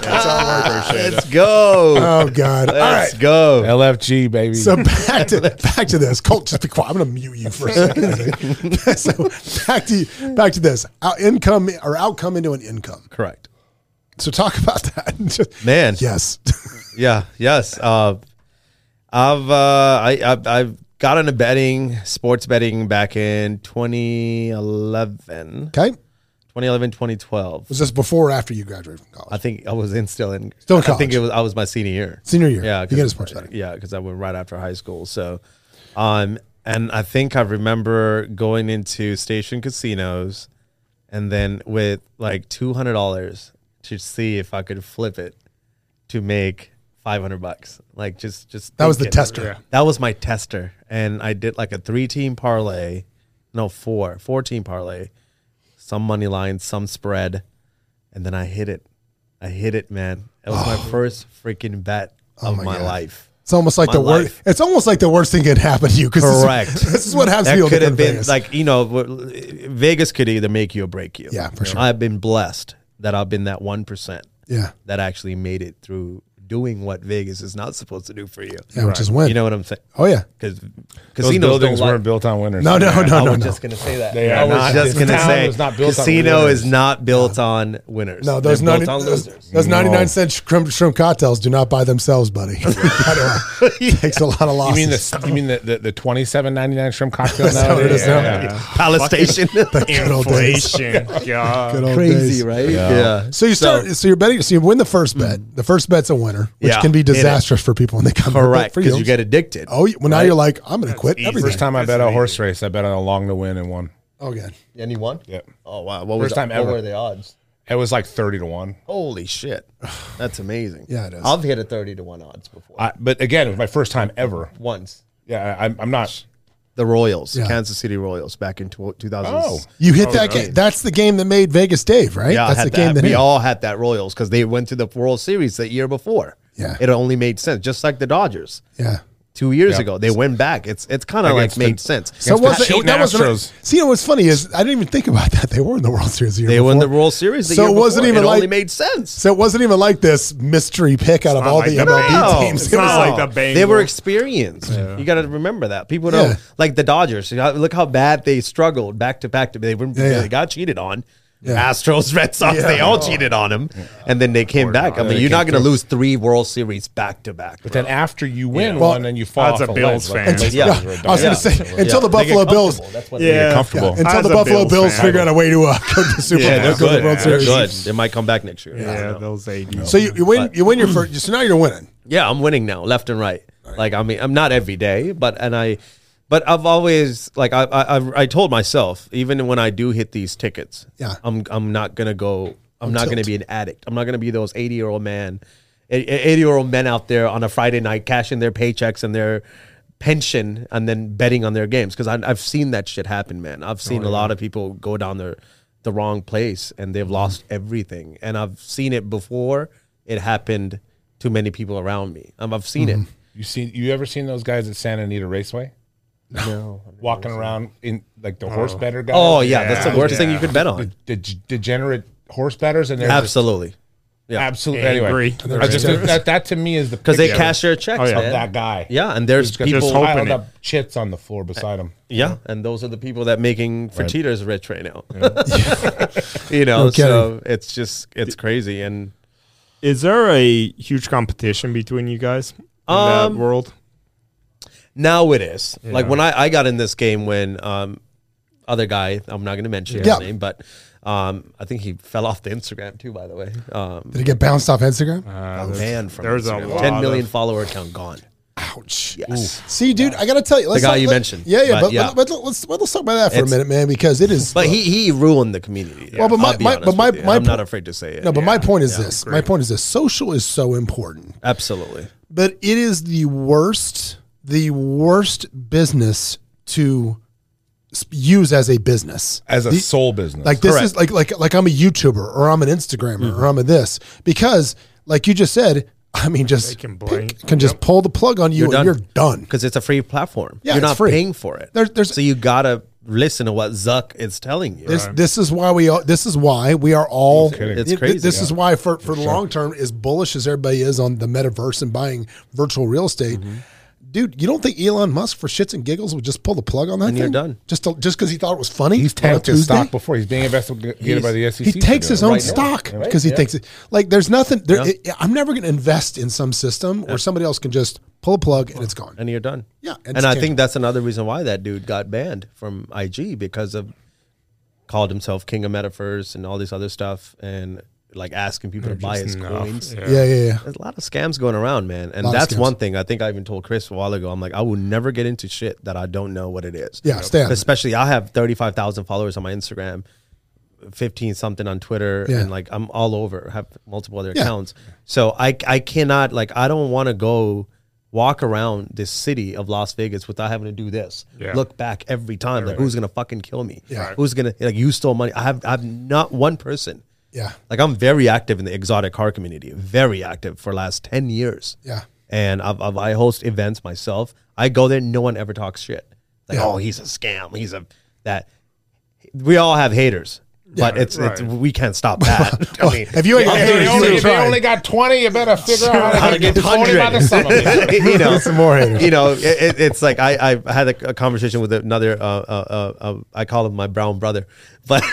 S4: That's all I appreciate it.
S6: Let's go.
S3: Oh God! All right.
S6: Let's go.
S5: LFG baby.
S3: So back to back to this. Colt, just be quiet. I'm going to mute you for a second. so back to back to this. Out income or outcome into an income.
S6: Correct.
S3: So talk about that. Just-
S6: Man.
S3: Yes.
S6: Yeah. Yes. Uh, I've uh, I, I've I've got into betting, sports betting back in 2011,
S3: okay.
S6: 2011, 2012.
S3: Was this before or after you graduated from college?
S6: I think I was in still in.
S3: Still in
S6: I think
S3: college.
S6: it was I was my senior year.
S3: Senior year.
S6: Yeah,
S3: You
S6: 'cause-
S3: get a sports betting.
S6: Yeah, because I went right after high school. So, um, and I think I remember going into station casinos, and then with like two hundred dollars to see if I could flip it to make five hundred bucks. Like just just
S3: That was the
S6: thinking.
S3: tester.
S6: That was my tester, and I did like a three-team parlay, no four, four-team parlay, some money line, some spread, and then I hit it. I hit it, man. It was my first freaking bet of
S3: Oh. my
S6: my,
S3: God.
S6: life.
S3: It's almost like
S6: My
S3: the worst.
S6: life.
S3: It's almost like the worst thing could happen to you. 'cause this is-
S6: Correct.
S3: This is, what happens. to
S6: That
S3: people
S6: could
S3: that
S6: have
S3: go to
S6: been
S3: Vegas.
S6: like you know, w- Vegas could either make you or break you.
S3: Yeah, for sure.
S6: I've been blessed that I've been that one percent
S3: yeah,
S6: that actually made it through doing what Vegas is not supposed to do for you.
S3: yeah, which is win.
S6: You know what I'm saying?
S3: oh yeah.
S6: Because
S5: Those
S6: casinos
S5: buildings
S6: don't like-
S5: weren't built on winners.
S3: No, no, no,
S6: I
S3: no,
S6: was
S3: no.
S6: just gonna say that.
S5: They are
S6: I was
S5: not-
S6: just
S5: this
S6: gonna
S5: town
S6: say
S5: was not built on
S6: casino
S5: winners.
S6: is not built on winners.
S3: no, those
S6: They're
S3: ninety
S6: built on
S3: those,
S6: losers.
S3: those
S5: No.
S3: ninety nine cent shrimp, shrimp cocktails do not buy themselves, buddy. It takes a lot of
S5: You
S3: losses.
S5: mean the you mean the the, the twenty seven ninety nine shrimp cocktail
S3: That's how it is now.
S6: Palace Station.
S3: Good old days.
S4: Inflation.
S3: Good
S4: God.
S3: old days.
S6: Crazy, right? Yeah.
S3: So you start. So, you're betting. So you win the first bet. The first bet's a winner, which
S6: Mm. Yeah,
S3: can be
S6: it is.
S3: disastrous for people when they come. to bet
S6: Correct.
S3: For
S6: Because
S3: you.
S6: you get addicted.
S3: oh, you- well now you're like, I'm going to quit
S4: easy.
S3: everything.
S5: First time I
S4: That's
S5: bet a
S4: amazing.
S5: horse race, I bet on a long to win and won.
S3: Oh, good.
S6: And you won?
S5: Yep.
S6: Oh wow. What
S5: First time ever.
S6: the odds?
S5: It was like thirty to one.
S6: Holy shit. That's amazing.
S3: Yeah, it is.
S6: I've hit a thirty to one odds before.
S5: I, but again, it was my first time ever.
S6: Once.
S5: Yeah, I, I'm, I'm not.
S6: The Royals,
S3: Yeah.
S6: Kansas City Royals, back in two thousand.
S5: Oh.
S3: You hit that game. That's the game that made Vegas Dave, right?
S6: Yeah, I
S3: That's
S6: had
S3: the game
S6: that.
S3: that
S6: we
S3: hit.
S6: all had that Royals because they went to the World Series the year before.
S3: Yeah.
S6: it only made sense, just like the Dodgers
S3: yeah.
S6: two years
S5: Yeah.
S6: ago. They went back. It's it's kind of like
S5: Against
S6: made
S5: the-
S6: sense.
S3: So it
S5: Against the
S3: wasn't.
S5: cheating
S3: that wasn't-
S5: Astros.
S3: See, you know what's funny is I didn't even think about that. They were in the World Series. The year
S6: They
S3: before.
S6: won the World Series. The
S3: So
S6: year
S3: it wasn't
S6: before.
S3: even
S6: it
S3: like-
S6: only made sense.
S3: So it wasn't even like this mystery pick out of
S4: not
S3: all
S4: like
S3: the
S4: the
S3: MLB
S4: Bengals.
S3: teams.
S4: It's not like the Bengals.
S6: They were experienced. You got to remember that people don't
S3: Yeah.
S6: like the Dodgers. you got- Look how bad they struggled back to back. To they, were,
S3: yeah.
S6: they got cheated on.
S3: Yeah.
S6: Astros, Red Sox, they all cheated on them, and then they came back. I mean, you're not going to lose three World Series back to back.
S5: But then after you win
S3: Well,
S5: one, then you fall
S4: that's
S5: off
S4: a
S5: a
S4: Bills
S5: ledge,
S4: fan.
S5: Like,
S6: Yeah.
S5: those were
S3: I was
S5: dumb.
S3: going to say until the
S6: They get
S3: Buffalo Bills.
S6: comfortable. That's what they
S4: Yeah.
S5: comfortable.
S3: Yeah, until
S4: As
S3: the
S4: a
S3: Buffalo
S4: Bills
S3: Bills
S4: fan.
S3: figure out a way to uh, go to the Super
S6: Yeah,
S3: Bowl,
S6: they're
S3: go to the
S6: good.
S3: World
S6: They're
S3: Series.
S6: good. They might come back next year.
S4: Yeah, those ADs.
S3: So you, you win. You win your first. So now you're winning.
S6: Yeah, I'm winning now, left and right. Like I mean, I'm not every day, but and I, but I've always like I I I've- I told myself even when I do hit these tickets,
S3: Yeah.
S6: I'm I'm not gonna go. I'm not gonna
S3: tilt.
S6: be an addict. I'm not gonna be those 80 year old man, 80 year old men out there on a Friday night cashing their paychecks and their pension and then betting on their games because I've seen that shit happen, man. I've seen a lot of people go down their the wrong place and they've lost everything. And I've seen it before. It happened to many people around me. Um, I've seen it.
S5: You seen you ever seen those guys at Santa Anita Raceway? No. Walking around in like the horse better guys.
S6: Oh yeah, that's the
S4: Yeah.
S6: worst thing you could bet on.
S5: The de- degenerate horse betters and they're
S6: Absolutely,
S5: just absolutely
S4: Angry.
S5: anyway. I just that, that to me is the
S6: because they
S5: picture
S6: cash their checks.
S4: Oh, yeah.
S6: man.
S5: that guy.
S6: Yeah, and there's
S5: Got
S6: people.
S5: just
S4: hope-
S5: piled
S4: open it.
S5: up chits on the floor beside him.
S6: Yeah, and those are the people that making for cheaters rich right now. you know,
S3: No kidding.
S6: so it's just it's crazy. And
S4: Is there a huge competition between you guys in
S6: Um,
S4: that world?
S6: now it is like when I, I got in this game when um other guy I'm not going to mention
S3: Yeah.
S6: his name, but um I think he fell off the Instagram too. By the way, um,
S3: Did it get bounced off Instagram?
S6: a man from
S4: there's a
S6: Instagram.
S4: lot
S6: ten million
S4: of-
S6: follower account gone.
S3: Ouch.
S6: Yes.
S3: See, dude, I got to tell you, let's
S6: guy
S3: not-
S6: you
S3: let-
S6: mentioned.
S3: Yeah, yeah,
S6: But,
S3: but,
S6: yeah.
S3: But, let's let's talk about that for
S6: It's-
S3: a minute, man, because it is.
S6: But he he ruined the community.
S3: Well, but my-
S6: I'll be
S3: my-
S6: honest
S3: but my-
S6: with you.
S3: my
S6: I'm not
S3: po-
S6: afraid to say it.
S3: no, but my point is this. My point is this. Social is so important.
S6: Absolutely.
S3: but it is the worst the worst business to s- use as a business
S5: As a
S3: The-
S5: soul business.
S3: like this is like like like i'm a youtuber or i'm an instagrammer
S6: Mm-hmm.
S3: or i'm a this because like you just said i mean just
S4: can
S3: pick-
S4: blank.
S3: can just pull the plug on you
S6: You're
S3: and
S6: done.
S3: you're done
S6: because it's a free platform.
S3: Yeah,
S6: You're
S3: it's
S6: not
S3: free.
S6: paying for it.
S3: There's- there's-
S6: so you gotta listen to what Zuck is telling you.
S3: this this is why we all, this is why we are all
S6: It's
S3: th-
S6: crazy,
S3: this
S6: yeah.
S3: is why for
S6: Mm-hmm.
S3: for the long term as bullish as everybody is on the metaverse and buying virtual real estate dude, you don't think Elon Musk for shits and giggles would just pull the plug on that?
S6: And you're
S3: thing?
S6: done.
S3: Just to, just because he thought it was funny.
S5: He's
S3: on a
S5: tanked his
S3: Tuesday?
S5: stock before. He's being investigated by the SEC.
S3: He
S5: for
S3: takes
S5: doing
S3: his
S5: it
S3: own
S5: right now.
S3: stock
S5: Right,
S3: because he
S5: yeah.
S3: thinks it, like there's nothing. There, it- I'm never going to invest in some system where somebody else can just pull a plug and it's gone.
S6: and you're done.
S3: Yeah, and
S6: and,
S3: it's
S6: I
S3: taken.
S6: think that's another reason why that dude got banned from IG because of called himself King of Metaverse and all this other stuff, and like asking people to buy his coins.
S3: yeah, yeah, yeah.
S6: There's a lot of scams going around, man, and
S3: Lot of
S6: that's
S3: scams.
S6: one thing I think I even told Chris a while ago. I'm like, I will never get into shit that I don't know what it is.
S3: Yeah, stay out of it.
S6: Especially, I have thirty five thousand followers on my Instagram. 15 something on Twitter
S3: Yeah.
S6: and like I'm all over have multiple other
S3: Yeah.
S6: accounts so I I cannot like I don't want to go walk around this city of Las Vegas without having to do this
S4: Yeah.
S6: look back every time like who's gonna fucking kill me
S3: Yeah.
S6: who's gonna like you stole money I have I've not one person
S3: Yeah.
S6: like I'm very active in the exotic car community very active for last 10 years
S3: Yeah.
S6: and I've, I've, I host events myself. I go there, no one ever talks shit. Like,
S3: Yeah.
S6: oh, he's a scam. He's a that. We all have haters, but it's, it's
S4: right.
S6: we can't stop that. I mean,
S3: If Oh, you ain't got
S5: If
S3: haters,
S5: they,
S3: you
S5: only,
S3: ain't
S5: if they
S3: trying.
S5: only got 20, you better figure out how to get 20 by the summer.
S6: you know,
S3: Get some more haters.
S6: You know, it, it, it's like I, I had a, a conversation with another. Uh, uh, uh, uh, I call him my brown brother, but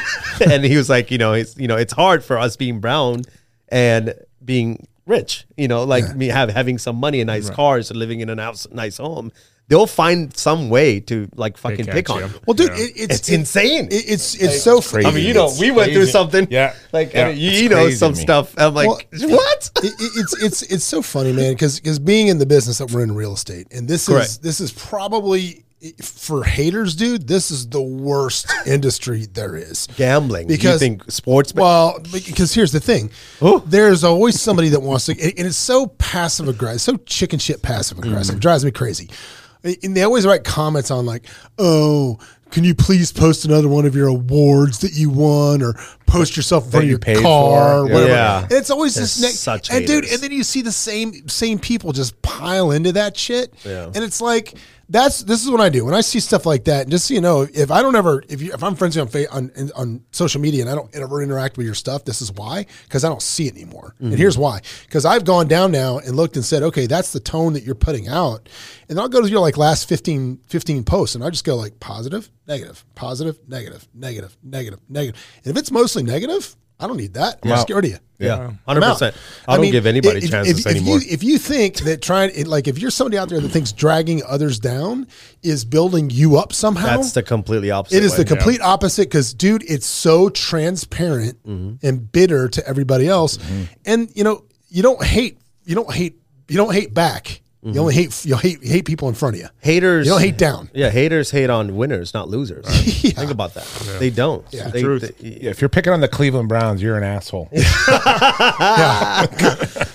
S6: and he was like, you know, it's you know, it's hard for us being brown and being rich. You know, like me have having some money and nice cars and living in a nice, nice home. They'll find some way to like fucking
S4: catch
S6: pick on.
S4: you.
S6: You.
S3: Well, dude, it, it's,
S6: It's insane.
S3: It, it's it's so crazy.
S6: I mean, you know, we went through
S5: crazy.
S6: something.
S5: Yeah.
S6: like
S5: Yeah.
S6: and you,
S5: It's
S6: you know
S5: crazy to
S6: some
S5: me.
S6: stuff. I'm like,
S3: Well,
S6: what?
S3: it, it- it's it's it's so funny, man, because being in the business that we're in, real estate, and this is
S6: Correct.
S3: this is probably for haters, dude. This is the worst industry there is.
S6: Gambling.
S3: Because-
S6: Because you think sports.
S3: Well, because here's the thing: there's always somebody that wants to, and and it's so passive aggressive, so chicken shit passive
S6: Mm.
S3: aggressive, drives me crazy. And they always write comments on like, "Oh, can you please post another one of your awards that you won, or post yourself for
S5: you
S3: your
S5: paid
S3: car, or
S5: for.
S3: whatever."
S6: Yeah.
S3: And it's always this
S6: They're
S3: next,
S6: such
S3: and dude,
S6: haters.
S3: and then you see the same same people just pile into that shit, and it's like. That's this is what I do when I see stuff like that. And just so you know, if I don't ever, if you, if I'm friends with you on, fa- on on social media and I don't ever interact with your stuff, this is why because I don't see it anymore. And here's why because I've gone down now and looked and said, okay, that's the tone that you're putting out, and I'll go to your like last 15, 15 posts and I just go like positive, negative, positive, negative, negative, negative, negative. And if it's mostly negative, I don't need that. I'm just
S5: out.
S3: get rid of you.
S6: yeah,
S3: I'm
S6: hundred
S3: out.
S6: percent. I don't
S3: mean,
S6: give anybody
S3: if-
S6: chances
S3: if,
S6: anymore.
S3: If you, if you think that trying, it- like, if you're somebody out there that thinks dragging others down is building you up somehow,
S6: That's the completely opposite.
S3: it is
S6: way.
S3: the complete opposite because, dude, it's so transparent
S6: Mm-hmm.
S3: and bitter to everybody else, and you know, you don't hate, you don't hate, you don't hate back.
S6: Mm-hmm.
S3: You only hate you hate you hate people in front of you.
S6: haters.
S3: You don't hate down.
S6: Yeah, haters hate on winners, not losers. Think about that. They don't. They,
S4: Truth.
S6: they-
S5: Yeah, if you're picking on the Cleveland Browns, you're an asshole.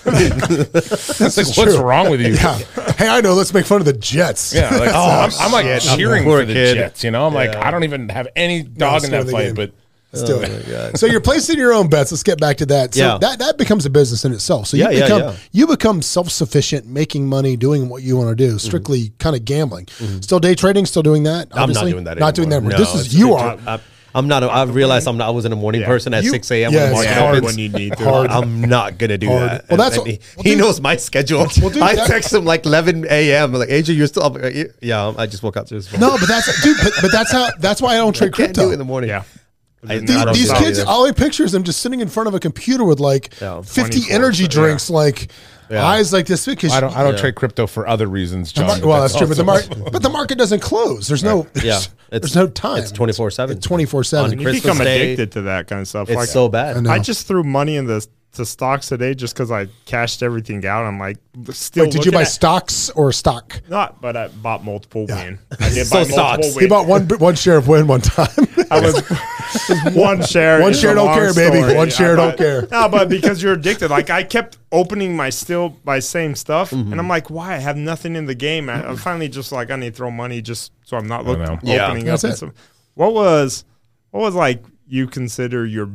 S3: That's
S5: Like, what's wrong with you?
S3: Yeah. Hey, I know. Let's make fun of the Jets.
S5: Yeah, like, I'm, Oh, I'm like
S6: shit.
S5: cheering
S6: Poor
S5: for the
S6: kid.
S5: Jets. You know, I'm like, I don't even have any dog
S3: let's
S5: in
S3: go to
S5: that
S3: the
S5: fight,
S3: game.
S5: but
S3: Let's do it. So you're placing your own bets. Let's get back to that. So
S6: Oh Yeah.
S3: that, that becomes a business in itself. So you
S6: Yeah, yeah,
S3: become
S6: yeah.
S3: you become self sufficient, making money, doing what you want to do, strictly kind of gambling. Still day trading, still doing that.
S6: Mm-hmm. I'm not
S3: obviously?
S6: doing that.
S3: Not doing that.
S6: anymore.
S3: anymore.
S6: No,
S3: this is
S6: it's-
S3: you
S6: it's-
S3: are.
S6: I, I'm not. A, I realized I'm not. I wasn't a morning person at
S3: You-
S6: 6 a.m.
S3: yeah,
S6: when
S3: it's
S6: the market
S3: hard.
S6: opens.
S4: when you need to.
S6: I'm not gonna do
S3: Hard.
S6: that.
S3: Well, that's
S6: And
S3: what-
S6: he,
S3: well,
S6: he
S3: dude-
S6: knows my schedule.
S3: Well, dude,
S6: I
S3: that-
S6: text him like 11 a.m. Like, AJ, you're still up? Yeah, I just woke up. Just
S3: No, but that's dude. But, but that's how. That's why I don't trade
S6: can't do it in the
S3: crypto.
S6: morning.
S4: Yeah.
S6: I-
S4: Dude,
S6: I
S3: Dude,
S6: don't
S3: these
S6: know.
S3: kids, all I picture is them just sitting in front of a computer with like
S6: Yeah,
S3: 50
S4: 24,
S3: energy
S4: yeah.
S3: drinks, like eyes like this. Because
S5: I don't. I don't trade crypto for other reasons, John. but
S3: well, that's true, but the
S5: also-
S3: market, but the market doesn't close. There's no,
S6: Oh, Yeah,
S3: there's, there's no time.
S6: It's 24 seven.
S3: 24/7.
S6: On
S4: You
S6: Christmas
S4: become
S6: Day,
S4: addicted to that kind of stuff.
S6: It's
S4: like,
S6: so bad.
S3: know.
S4: I just threw money in the to stocks today just because I cashed everything out. I'm like, still.
S3: Wait, did you
S4: looking
S3: buy
S4: at-
S3: stocks or stock?
S4: Not, but I bought multiple
S3: Yeah.
S4: win. I did
S6: So
S4: buy
S6: stocks.
S4: multiple
S3: He
S4: win.
S3: bought one one share of Win one time.
S4: I was one share.
S3: One
S4: is
S3: share
S4: a
S3: don't
S4: long
S3: care, baby.
S4: story.
S3: One share
S4: I
S3: don't
S4: bought-
S3: care.
S4: No, but because you're addicted. Like I kept opening my still my same stuff,
S3: Mm-hmm.
S4: and I'm like, why? I have nothing in the game. I, I'm finally just like, I need to throw money just so I'm not looking
S5: know.
S6: Yeah.
S4: opening
S3: That's
S4: up. and
S3: it.
S4: Some, what was what was like you consider your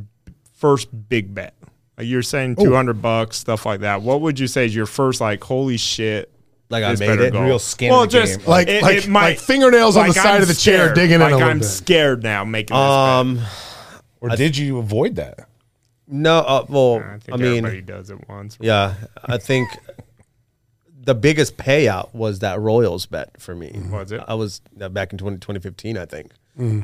S4: first big bet? Like you're saying 200 bucks, stuff like that. What would you say is your first like, holy shit?
S6: Like I
S4: this
S6: made
S4: better
S6: it.
S4: go?
S5: Real skin in
S4: Well,
S5: the
S4: just
S5: game.
S3: Like- like- like fingernails on the side of the chair
S4: scared.
S3: digging in
S4: like
S3: a little
S4: I'm
S3: bit.
S4: scared now making this bet.
S6: Um,
S5: or did you avoid that?
S6: no. Uh, well,
S4: I think
S6: I mean,
S4: everybody does it once.
S6: Yeah, I think the biggest payout was that Royals bet for me.
S4: Was it?
S6: I was Mm-hmm. uh, back in 20, 2015, I think.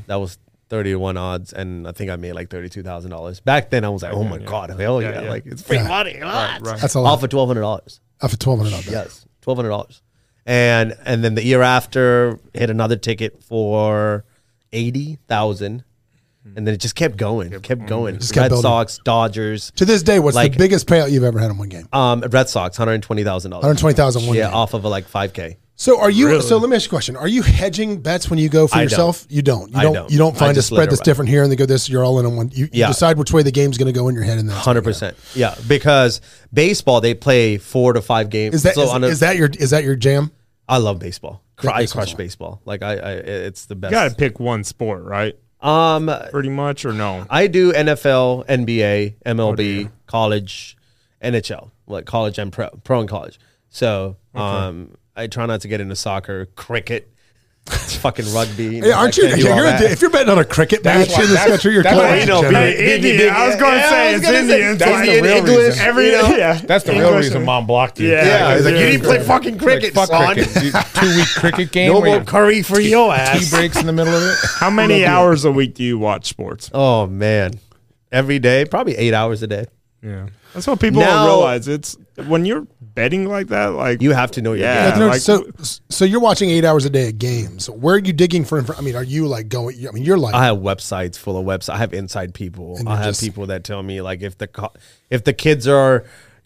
S6: That was 31 odds, and I think I made like $32,000. Back then, I was like, oh my God, hell yeah.
S4: yeah.
S6: Like, it's free money. ah, it's-
S4: right.
S3: That's a
S6: All
S3: lot.
S6: for $1,200.
S3: After twelve hundred dollars.
S6: Yes, twelve hundred dollars. And and then the year after, hit another ticket for eighty thousand, and then it just kept going, kept going. Mm-hmm.
S3: kept
S6: Red
S3: building.
S6: Sox, Dodgers,
S3: To this day, what's
S6: Like-
S3: the biggest payout you've ever had in one game?
S6: um, Red Sox, one hundred twenty thousand dollars,
S3: One hundred twenty thousand one
S6: yeah,
S3: game.
S6: off of a, like five k.
S3: So are you? So let me ask you a question: Are you hedging bets when you go for
S6: I don't.
S3: yourself? You don't. You
S6: I
S3: don't.
S6: don't.
S3: You don't
S6: I
S3: find a
S6: just let
S3: spread
S6: it
S3: that's
S6: ride.
S3: different here, and they go this. You're all in on one. You, you
S6: Yeah.
S3: decide which way the game's going to go in your head, and that's
S6: Hundred percent, yeah. Because baseball, they play four to five games.
S3: Is that is,
S6: on a-
S3: is that your is that your jam?
S6: I love baseball. Cr- I
S3: baseball's
S6: crush
S3: fun.
S6: baseball. Like I, I, it's the
S4: You got to
S6: best.
S4: pick one sport, right?
S6: Um,
S4: Pretty much, or no?
S6: I do NFL, NBA, MLB, college, NHL, like college and pro, pro and college. So um, I try not to get into soccer, cricket, fucking rugby. you know,
S3: Yeah, aren't
S6: I
S3: you?
S6: can't
S3: If
S6: do
S3: you're,
S6: all
S3: a-
S6: that.
S3: if you're betting on a cricket match
S5: why-
S3: in this
S5: that's-
S3: country, you're
S5: that's why
S3: killing
S5: you
S3: it,
S5: don't
S3: Jimmy.
S5: beat
S4: Hey, Indian. I was going to
S6: Yeah, I
S4: say
S6: was
S4: it's
S6: gonna say,
S4: Indian.
S5: that's
S4: Like,
S5: the real
S4: English,
S5: reason.
S4: Every,
S6: You know?
S4: yeah.
S5: That's the real
S4: English
S5: reason
S4: and-
S5: mom blocked you.
S4: Yeah, Yeah,
S6: he's like,
S4: yeah,
S6: you didn't play
S4: yeah.
S6: fucking cricket,
S5: fuck
S6: son.
S5: cricket. Two week cricket game.
S6: No
S5: where
S6: more
S5: you-
S6: curry for your
S5: tea
S6: ass.
S5: breaks in the middle of it.
S4: How many hours a week do you watch sports?
S6: Oh man, every day, probably eight hours a day.
S4: Yeah, that's what people
S6: Now-
S4: don't realize. It's when you're betting like that, like
S6: You have to know your
S4: Yeah.
S6: game.
S3: No,
S4: like-
S3: so so you're watching eight hours a day of games. Where are you digging for? Inf- I mean, are you like going? I mean, you're like
S6: I have websites full of websites. I have inside people. I have
S3: just-
S6: people that tell me like if the co- if the kids are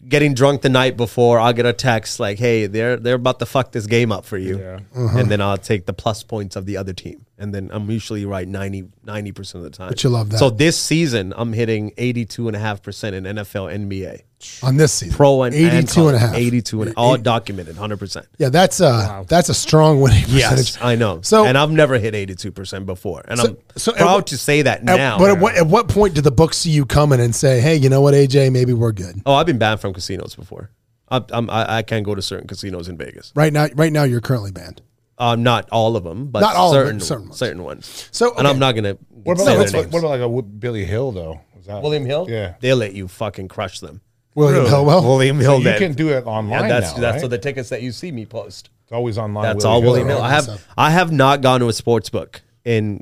S6: getting drunk the night before, I'll get a text like, "Hey, they're they're about to fuck this game up for you,"
S4: Yeah.
S3: Uh-huh.
S6: and then I'll take the plus points of the other team, and then I'm usually right 90 percent of the time.
S3: But you love that.
S6: So this season, I'm hitting eighty two and a half percent in NFL, NBA,
S3: on this season.
S6: pro and
S3: 82 and a half.
S6: eighty two and all documented, hundred percent.
S3: Yeah, that's uh that's a strong winning percentage.
S6: Yes, I know.
S3: So-
S6: So, and I've never hit eighty-two percent before, and I'm
S3: so at
S6: proud
S3: what-
S6: to say that
S3: At-
S6: now.
S3: but at what, at what point did the book see you coming and say, "Hey, you know what, AJ? Maybe we're good."
S6: Oh, I've been banned from casinos before. I, I'm, I, I can't go to certain casinos in Vegas.
S3: Right now, right now, you're currently banned.
S6: Um, not all of them, but
S3: Not all of
S6: certain,
S3: them, certain ones.
S6: ones.
S3: So,
S6: and
S3: okay.
S6: I'm not gonna
S5: What about,
S6: say
S5: like,
S6: their
S5: what's-
S6: names.
S5: what about like a Wi- Billy Hill though? Is that-
S6: William Hill?
S5: Yeah.
S6: they let you fucking crush them.
S3: William Hillwell.
S6: William Hill.
S5: you
S6: then.
S5: can do it online.
S6: Yeah, that's
S5: now,
S6: that's
S5: right?
S6: so the tickets that you see me post.
S5: it's always online.
S6: That's all William Hill.
S3: Hill.
S6: I have
S3: Awesome.
S6: I have not gone to a sports book in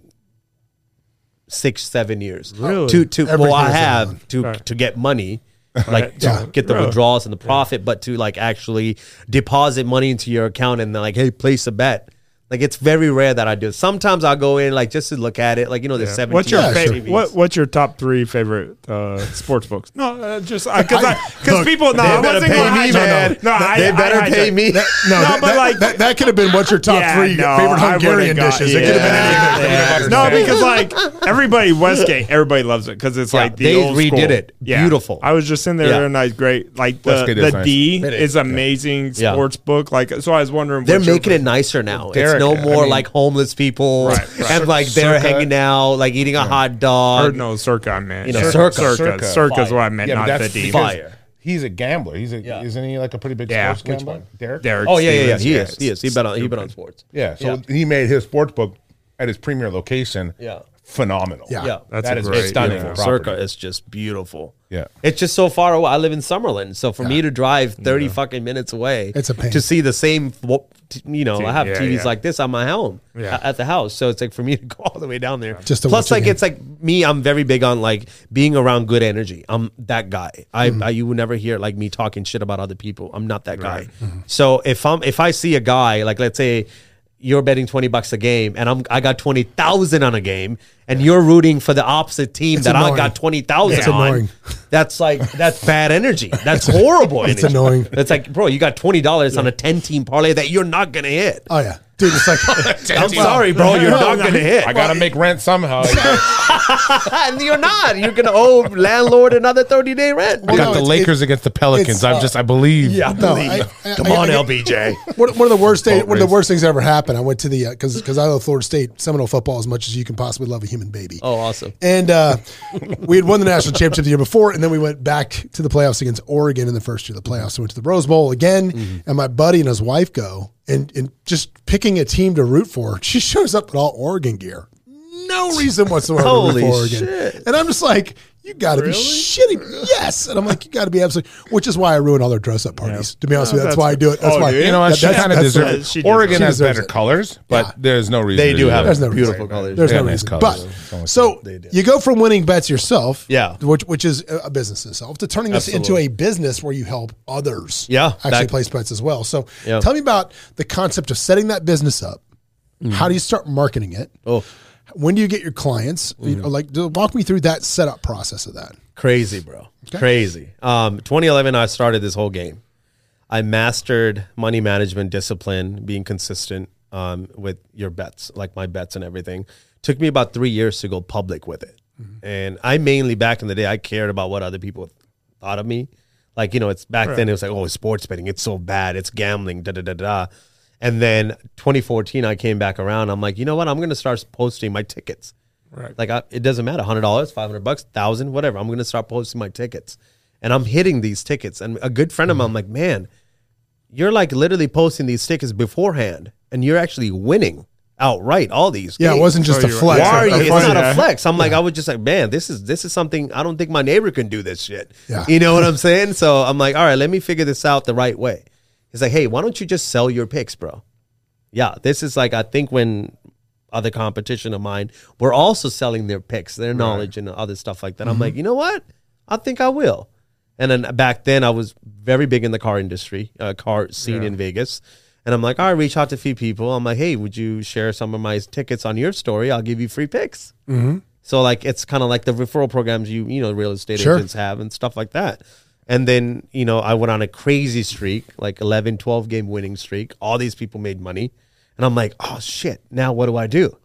S6: six seven years.
S4: Really?
S6: To to well, I
S3: Everything's online.
S6: have to to get money, like to
S3: Yeah.
S6: get the
S4: Really?
S6: withdrawals and the profit, but to like actually deposit money into your account and then like hey place a bet. Like it's very rare that I do. Sometimes I'll go in like just to look at it. Like you know the seventeen.
S4: What's your
S3: Yeah,
S4: fa-
S3: sure.
S4: what What's your top three favorite uh, sports books? No, uh, just because
S3: I-
S4: because
S3: look,
S4: people no,
S6: they
S4: I
S6: better
S4: wasn't
S6: pay
S4: going
S6: me, man.
S4: No, no, I,
S6: they
S4: I-
S6: better
S4: I-
S6: pay me.
S3: No,
S4: No,
S3: that,
S4: but
S3: that-
S4: like-
S3: that, that could have been what's your top
S4: Yeah,
S3: three
S4: no,
S3: favorite
S4: I
S3: Hungarian
S4: would've got-
S3: dishes. It could have been
S4: yeah.
S3: anything.
S5: Yeah.
S4: No, because like everybody Westgate, everybody loves it because it's
S6: Yeah,
S4: like the
S6: they
S4: old
S6: redid
S4: school.
S6: it. Beautiful.
S4: I was just in there
S6: Yeah.
S4: and I great like the
S5: Westgate is
S4: the
S5: nice.
S4: D
S6: It
S4: is amazing
S6: Yeah.
S4: sports book. Like so, I was wondering
S6: They're
S4: what's your
S6: making it nicer now.
S5: Derek,
S6: it's no
S5: I
S6: more
S5: mean-
S6: like homeless people
S4: Right, right.
S6: and like they're
S5: Circa.
S6: hanging out, like eating a hot
S4: Or
S6: dog.
S4: no, Circa, I meant.
S6: You know,
S4: Yeah.
S6: Circa.
S4: Circa. Circa's what I meant,
S5: Yeah, but
S4: not the
S5: that's
S4: D.
S5: because
S6: Fire.
S5: He's a gambler. He's a
S6: Yeah.
S5: isn't he like a pretty big
S4: Yeah.
S5: sports
S4: Which
S5: gambler?
S4: one?
S5: Derek.
S4: Derek
S6: Oh yeah, yeah, yeah.
S4: Stevens,
S6: He
S4: yes.
S6: is. He is. He bet on he bet on sports.
S5: Yeah. So
S6: Yeah.
S5: he made his sports book at his premier location.
S6: Yeah.
S5: phenomenal.
S3: Yeah.
S6: Yeah.
S4: That's
S5: That
S4: a
S5: is
S4: great,
S5: stunning.
S4: yeah.
S5: property.
S6: Circa is just beautiful.
S5: Yeah.
S6: It's just so far away. I live in Summerlin, so for me to drive thirty fucking minutes away,
S3: It's a pain.
S6: to see the same. fo- t- You know, I have
S4: yeah,
S6: TVs
S4: yeah.
S6: like this on my home
S4: Yeah.
S6: a- at the house, so it's like for me to go all the way down there.
S3: Just to watch
S6: plus,
S3: the
S6: like
S3: game.
S6: it's like me. I'm very big on like being around good energy. I'm that guy. I,
S3: Mm-hmm.
S6: I you will never hear like me talking shit about other people. I'm not that guy.
S3: Mm-hmm.
S6: So if I'm if I see a guy like let's say. You're betting twenty bucks a game, and I'm I got twenty thousand on a game, and you're rooting for the opposite team
S3: It's
S6: that
S3: annoying.
S6: I got twenty thousand
S3: It's
S6: on.
S3: annoying.
S6: That's like that's bad energy. That's horrible.
S3: it's
S6: energy.
S3: annoying.
S6: It's like, bro, you got twenty dollars on a ten team parlay that you're not gonna hit.
S3: Oh yeah, dude. It's like
S6: I'm sorry, bro, you're not gonna hit.
S5: I gotta make rent somehow.
S6: and you're not. You're gonna owe landlord another thirty day rent.
S5: I
S3: Well,
S5: got
S3: no,
S5: the
S3: it's-
S5: Lakers
S3: it-
S5: against the Pelicans.
S3: it's,
S5: I'm just, I believe.
S6: uh, yeah, I
S3: No,
S6: believe.
S3: I-
S6: it.
S3: I-
S6: Come
S3: I-
S6: on,
S3: I-
S6: LBJ.
S3: One, one of the worst day,
S5: Boat
S3: one of the
S5: race.
S3: worst things that ever happened. I went to the because because I love Florida State Seminole football as much as you can possibly love a human baby.
S6: Oh, awesome.
S3: And uh, we had won the national championship the year before, and then we went back to the playoffs against Oregon in the first year of the playoffs. So we went to the Rose Bowl again,
S6: Mm-hmm.
S3: and my buddy and his wife go and and just picking a team to root for. She shows up in all Oregon gear, no reason whatsoever to root
S6: Holy
S3: for Oregon,
S6: shit.
S3: and I'm just like. you got to be shitty. Yes. And I'm like, you got to be absolutely, which is why I ruin all their dress up parties. To be honest with you, that's,
S4: that's-
S3: why I do it. That's
S4: oh,
S3: why.
S4: dude.
S5: You know, what?
S3: that-
S5: she
S3: that's-
S5: kind of
S3: that's the-
S5: deserves.
S4: she
S5: it.
S4: deserves
S5: Oregon
S4: it.
S5: has
S3: She deserves
S5: better
S3: it.
S5: colors, but
S3: Yeah.
S5: there's no reason.
S6: They
S5: to
S6: do
S5: that.
S6: have
S3: There's no reason.
S6: beautiful colors.
S3: There's
S5: They
S3: no
S5: have nice
S3: reason.
S5: colors.
S3: But
S5: It's almost
S3: so
S6: they do.
S3: you go from winning bets yourself,
S6: Yeah.
S3: which which is a business itself, to turning this into a business where you help others,
S6: Yeah,
S3: actually
S6: that-
S3: place bets as well. So
S6: Yeah.
S3: tell me about the concept of setting that business up. How do you start marketing it?
S6: Mm-hmm. Oh. Mm-hmm.
S3: When do you get your clients? You know, like, do- walk me through that setup process of that.
S6: Crazy, bro. Crazy. Um, 2011, I started this whole game. I mastered money management discipline, being consistent um, with your bets, like my bets and everything. Took me about three years to go public with it. And I mainly, back in the day, I cared about what other people thought of me. Like, you know, it's back then it was like, oh, it's sports betting. It's so bad. It's gambling, da da da da. And then 2014, I came back around. I'm like, you know what? I'm going to start posting my tickets. Right. Like I, it doesn't matter, hundred dollars, five hundred bucks, thousand, whatever. I'm gonna start posting my tickets, and I'm hitting these tickets. And a good friend of mine, I'm like, man, you're like literally posting these tickets beforehand, and you're actually winning outright all these.
S3: Yeah, it
S6: games.
S3: wasn't just a
S4: you're-
S3: flex.
S4: why
S6: Why are
S3: A
S6: you? It's
S3: flex.
S6: not a flex. I'm like, I was just like, man, this is this is something I don't think my neighbor can do this shit.
S3: Yeah.
S6: You know what I'm saying? So I'm like, all right, let me figure this out the right way. He's like, hey, why don't you just sell your picks, bro? Yeah, this is like I think when other competition of mine were also selling their picks, their knowledge and other stuff like that. I'm like, you know what? I think I will. And then back then I was very big in the car industry, uh, car scene in Vegas. And I'm like, all right, reach out to a few people. I'm like, hey, would you share some of my tickets on your story? I'll give you free picks. So like it's kind of like the referral programs you you know real estate
S3: Sure.
S6: agents have and stuff like that. And then you know I went on a crazy streak, like 11, 12 game winning streak. All these people made money, and I'm like, oh shit! Now what do I do?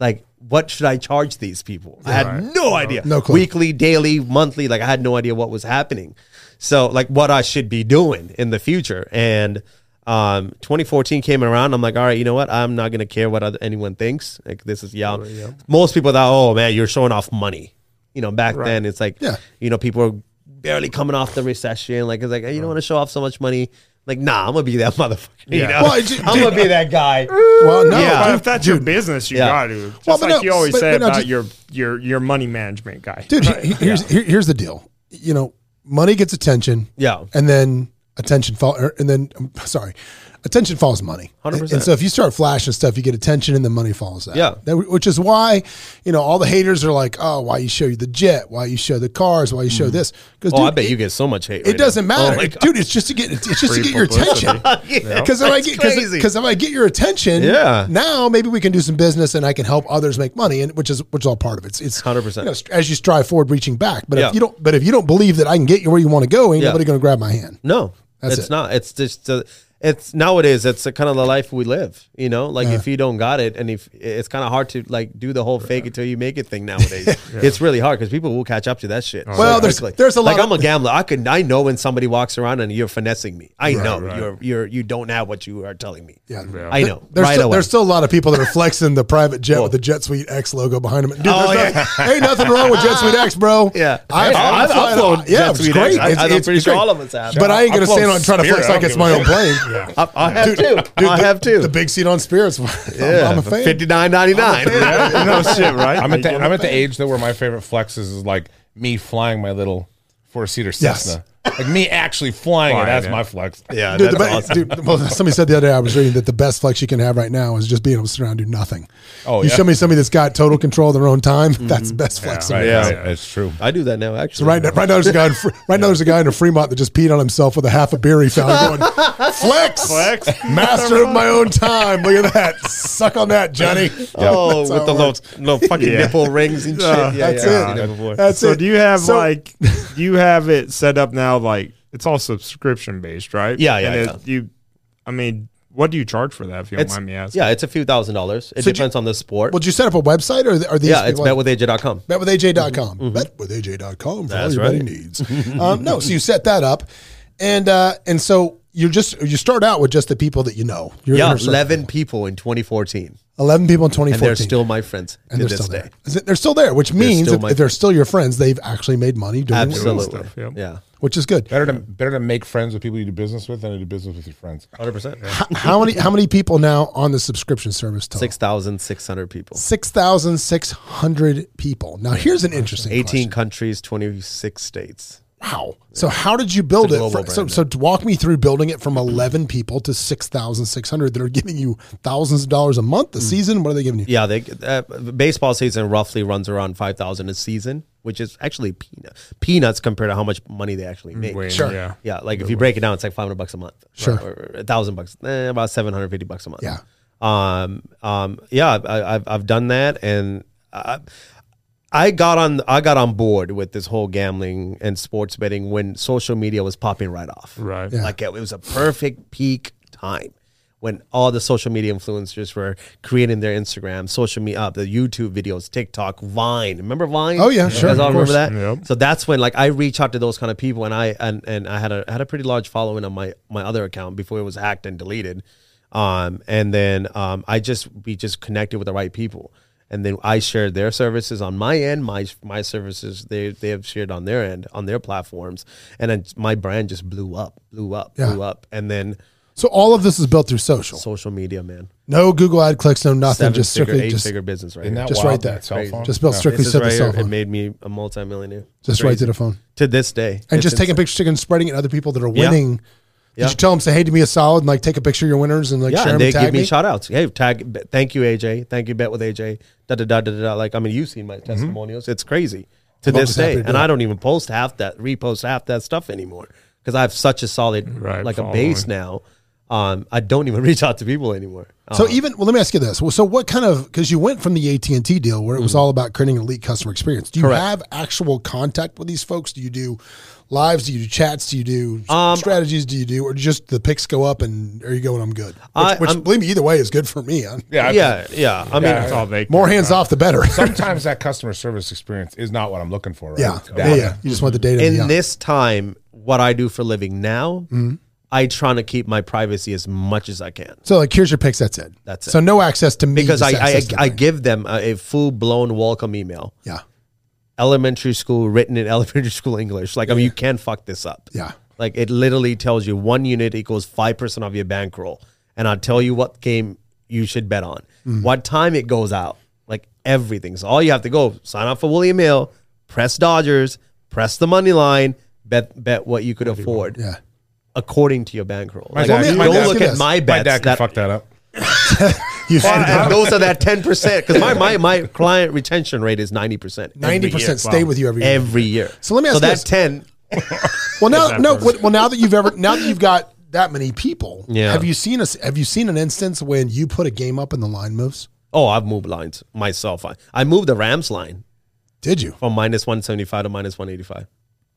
S6: Like, what should I charge these people? I had no idea.
S3: No clue.
S6: Weekly, daily, monthly. Like I had no idea what was happening. So like what I should be doing in the future. And um, 2014 came around. I'm like, all right, you know what? I'm not gonna care what other, anyone thinks. Like this is yeah. Most people thought, oh man, you're showing off money. You know, back then it's like,
S3: Yeah.
S6: you know, people are barely coming off the recession. Like it's like, hey, you don't want to show off so much money. Like, nah, I'm gonna be that motherfucker. You know?
S3: Well, it-
S6: I'm gonna be that guy.
S3: Well, no,
S6: Yeah.
S4: But
S3: dude,
S4: if that's your business, you
S6: Yeah.
S4: got to. Just
S3: Well, but
S4: like
S3: no,
S4: you always
S3: but-
S4: say
S3: but no,
S4: about
S3: ju-
S4: your your your money management guy.
S3: dude, he- he- here's here- here's the deal. You know, money gets attention.
S6: Yeah.
S3: and then attention fall, er, and then I'm sorry, attention follows money.
S6: 100%.
S3: And so if you start flashing stuff, you get attention, and the money follows that.
S6: Yeah.
S3: That- which is why you know all the haters are like, oh, why you show you the jet, why you show the cars, why you show this? Because
S6: Oh, I bet you get so much hate.
S3: It
S6: right now.
S3: doesn't matter,
S6: Oh, my
S3: dude. It's just to get it's just to
S4: Free
S3: get your
S4: publicity.
S3: attention.
S6: Yeah.
S3: Because if I
S6: That's
S3: get because
S6: crazy.
S3: if I get your attention,
S6: Yeah.
S3: Now maybe we can do some business, and I can help others make money, and which is which is all part of it. It's- It's
S6: 100%.
S3: you know, st- as you strive forward, reaching back. But
S6: Yeah.
S3: if you don't, but if you don't believe that I can get you where you want to go, ain't
S6: Yeah.
S3: nobody going to grab my hand.
S6: No,
S3: That's
S6: it's
S3: it.
S6: not. It's just uh it's nowadays. It's the kind of the life we live. You know, like if you don't got it, and if it's kind of hard to like do the whole fake it till you make it thing nowadays. It's really hard because people will catch up to that shit.
S3: Well, there's- there's a lot
S6: Like
S3: of-
S6: I'm a gambler. I could I know when somebody walks around and you're finessing me. I know you're you're you don't have what you are telling me.
S3: Yeah. Yeah.
S6: I know.
S3: There's,
S6: right
S3: still,
S6: away.
S3: there's still a lot of people that are flexing the private jet with the Jet Suite X logo behind them. Dude,
S6: Oh,
S3: there's
S6: yeah.
S3: nothing, ain't nothing wrong with Jet Suite X, bro.
S6: Yeah.
S3: I,
S6: Hey,
S3: I'm
S6: I've-
S3: flying-
S6: I've flown
S3: yeah,
S6: Jet
S3: it's
S6: Suite
S3: great.
S6: X. I-
S3: It's-
S6: I'm
S3: it's
S6: pretty sure
S3: great.
S6: all of us have.
S3: But I ain't
S4: I've
S3: gonna
S4: flown
S3: stand on trying to flex
S4: Spirit, I
S3: like
S4: don't
S3: it's my
S4: give
S3: own plane.
S6: I, I have two. I
S3: the-
S6: have two.
S3: The big seat on Spirits. I'm, I'm a fan.
S6: Fifty nine ninety nine.
S4: no shit, right?
S5: I'm at the,
S4: Like,
S5: I'm at the age though where my favorite flexes is like me flying my little four seater
S3: Yes.
S5: Cessna, like me actually flying it.
S4: Flying
S5: That's
S4: it.
S5: my flex.
S6: Yeah,
S3: Dude,
S6: that's
S3: the be-
S6: awesome.
S3: dude, well, somebody said the other day I was reading that the best flex you can have right now is just being able to sit around and do nothing.
S5: Oh,
S3: you
S5: yeah.
S3: show me somebody that's got total control of their own time. That's the best flex.
S5: Right,
S3: in the
S5: yeah,
S3: world.
S5: right, it's true.
S6: I do that now. Actually,
S3: So right now, right now there's a guy. In, Fre- right now there's a guy in Fremont that just peed on himself with a half a beer he found, going flex,
S4: Flex.
S3: master of my own time. Look at that, suck on that, Johnny.
S6: Oh,
S3: That's how
S6: with
S3: it
S6: the little,
S3: works.
S6: little fucking
S4: Yeah.
S6: nipple rings and shit. Yeah, yeah,
S3: that's
S6: yeah.
S3: it.
S6: I've seen before.
S3: That's
S4: so
S3: it.
S4: do you have
S3: So-
S4: like you have it set up now? Like it's all subscription based, right?
S6: Yeah, yeah,
S4: And it- You, I mean, what do you charge for that? If you don't
S6: It's-
S4: mind me asking.
S6: yeah, it's a few thousand dollars. It
S3: So do
S6: depends on the sport.
S3: Well, did you set up a website or are these?
S6: yeah, it's
S3: people-
S6: betwithaj.com.
S3: betwithaj.com. Betwithaj.com for
S6: Mm-hmm. That's
S3: all your betting
S6: right.
S3: needs. um, no, so you set that up, and uh, and so you just you start out with just the people that you know. Your
S6: Yeah,
S3: inner circle.
S6: eleven people in 2014.
S3: 11 people in 2014.
S6: and they're still my friends
S3: And
S6: to
S3: they're
S6: this
S3: still
S6: day.
S3: there. Is it- They're still there, which means
S6: still
S3: if,
S6: my-
S3: if they're still your friends, they've actually made money doing
S6: Absolutely.
S4: stuff, yep.
S6: Yeah.
S3: which is good.
S5: Better to better to make friends with people you do business with than to do business with your friends.
S6: 100%.
S3: H- how many how many people now on the subscription service total?
S6: 6,600 people.
S3: 6,600 people. Now, here's an interesting
S6: 18
S3: question.
S6: countries, 26 states.
S3: Wow. So, how did you build
S6: It's a
S3: it?
S6: global
S3: fr- so,
S6: brand,
S3: so, walk me through building it from 11 people to 6,600 that are giving you thousands of dollars a month a season. What are they giving you?
S6: Mm. Yeah, they, uh, baseball season roughly runs around 5,000 a season, which is actually peanut, peanuts compared to how much money they actually make.
S4: Wayne, Yeah.
S6: Yeah, like if you break it down, it's like 500 bucks a month.
S3: Sure.
S6: Or a thousand bucks, eh, about 750 bucks a month.
S3: Yeah.
S6: Um, um, yeah, I, I've, I've done that and I, I got on, I got on board with this whole gambling and sports betting when social media was popping right off.
S4: Right.
S3: Yeah.
S6: Like it was a perfect peak time when all the social media influencers were creating their Instagram, social media, uh, the YouTube videos, TikTok, Vine. Remember Vine?
S3: Oh, yeah, sure,
S6: You guys all
S3: of
S6: remember
S3: course.
S6: that? So that's when like I reach out to those kind of people, and I and and I had a had a pretty large following on my my other account before it was hacked and deleted. Um, and then um, I just we just connected with the right people, and then I shared their services on my end, my my services they they have shared on their end on their platforms, and then my brand just blew up, blew up,
S3: Yeah.
S6: blew up, and then
S3: So, all of this is built through social.
S6: social media, man,
S3: No Google ad clicks, no nothing.
S6: seven
S3: just
S6: figure,
S3: strictly,
S6: eight
S3: just,
S6: figure business right
S5: Isn't
S6: now.
S5: that
S3: Just
S5: wild?
S3: right there.
S5: That cell phone.
S3: just built strictly
S6: This
S3: to
S6: is
S3: the
S6: right
S3: cell
S6: here. It
S3: phone.
S6: made me a multimillionaire.
S3: just right to the phone.
S6: To this day,
S3: and
S6: It's
S3: just
S6: insane.
S3: taking pictures and spreading it to other people that are
S6: Yeah.
S3: winning. Did
S6: Yeah.
S3: you tell them say, "Hey, do me a solid," and like take a picture of your winners and like
S6: yeah,
S3: share
S6: and
S3: them
S6: they
S3: and tag
S6: give me,
S3: me?
S6: shout outs. Hey, tag, b- thank you, AJ. Thank you, bet with AJ. Da da da da da. da. Like, I mean, you've seen my testimonials. It's crazy to
S3: I'm
S6: this
S3: always Mm-hmm. happy
S6: day,
S3: to do
S6: and
S3: it.
S6: I don't even post half that, repost half that stuff anymore because I have such a solid,
S4: Right,
S6: like a base now. Um, I don't even reach out to people anymore. Uh,
S3: So even well, let me ask you this: Well, so what kind of because you went from the AT and T deal where it
S6: Mm-hmm.
S3: was all about creating an elite customer experience? Do you have actual contact with these folks? Do you do lives? Do you do chats? Do you do
S6: Um,
S3: strategies? Do you do or just the picks go up and there you go and I'm good? Which,
S6: I-
S3: which
S6: I'm-
S3: believe me, either way is good for me. I'm-
S5: Yeah, I've-
S6: yeah, yeah. I mean,
S4: That's all Oh, they.
S3: More hands off, the better.
S5: Sometimes that customer service experience is not what I'm looking for. Right?
S3: yeah,
S5: It's
S3: yeah,
S5: about-
S3: yeah. You just want the data.
S6: in
S3: yeah. Mm-hmm.
S6: this time, what I do for a living now, I try to keep my privacy as much as I can.
S3: so like, here's your picks. That's it.
S6: That's it.
S3: So no access to me
S6: Because I,
S3: just
S6: I,
S3: access to
S6: I
S3: them.
S6: give them a, a full blown welcome email.
S3: yeah,
S6: elementary school written in elementary school English. Like, I mean, you can't fuck this up.
S3: yeah.
S6: Like, it literally tells you one unit equals 5% of your bankroll. And I'll tell you what game you should bet on,
S3: Mm.
S6: what time it goes out, like everything. So, all you have to go sign up for William Hill, press Dodgers, press the money line, bet, bet what you could afford
S3: Yeah.
S6: according to your bankroll. Like,
S5: dad-
S6: don't
S5: my dad-
S6: look at my
S5: My
S6: bets.
S5: dad can
S6: that-
S5: fuck that up.
S3: You
S6: and those are that 10% because my, my, my client retention rate is 90%
S3: ninety percent
S4: Wow.
S3: stay with you every, year.
S6: every year.
S3: So let me
S6: so
S3: ask
S6: that
S3: this.
S6: 10
S3: Well, now, no, well, now that you've ever, now that you've got that many people,
S6: Yeah.
S3: have you seen us? Have you seen an instance when you put a game up and the line moves?
S6: Oh, I've moved lines myself. I, I moved the Rams line
S3: Did you
S6: from minus 175 to minus 185.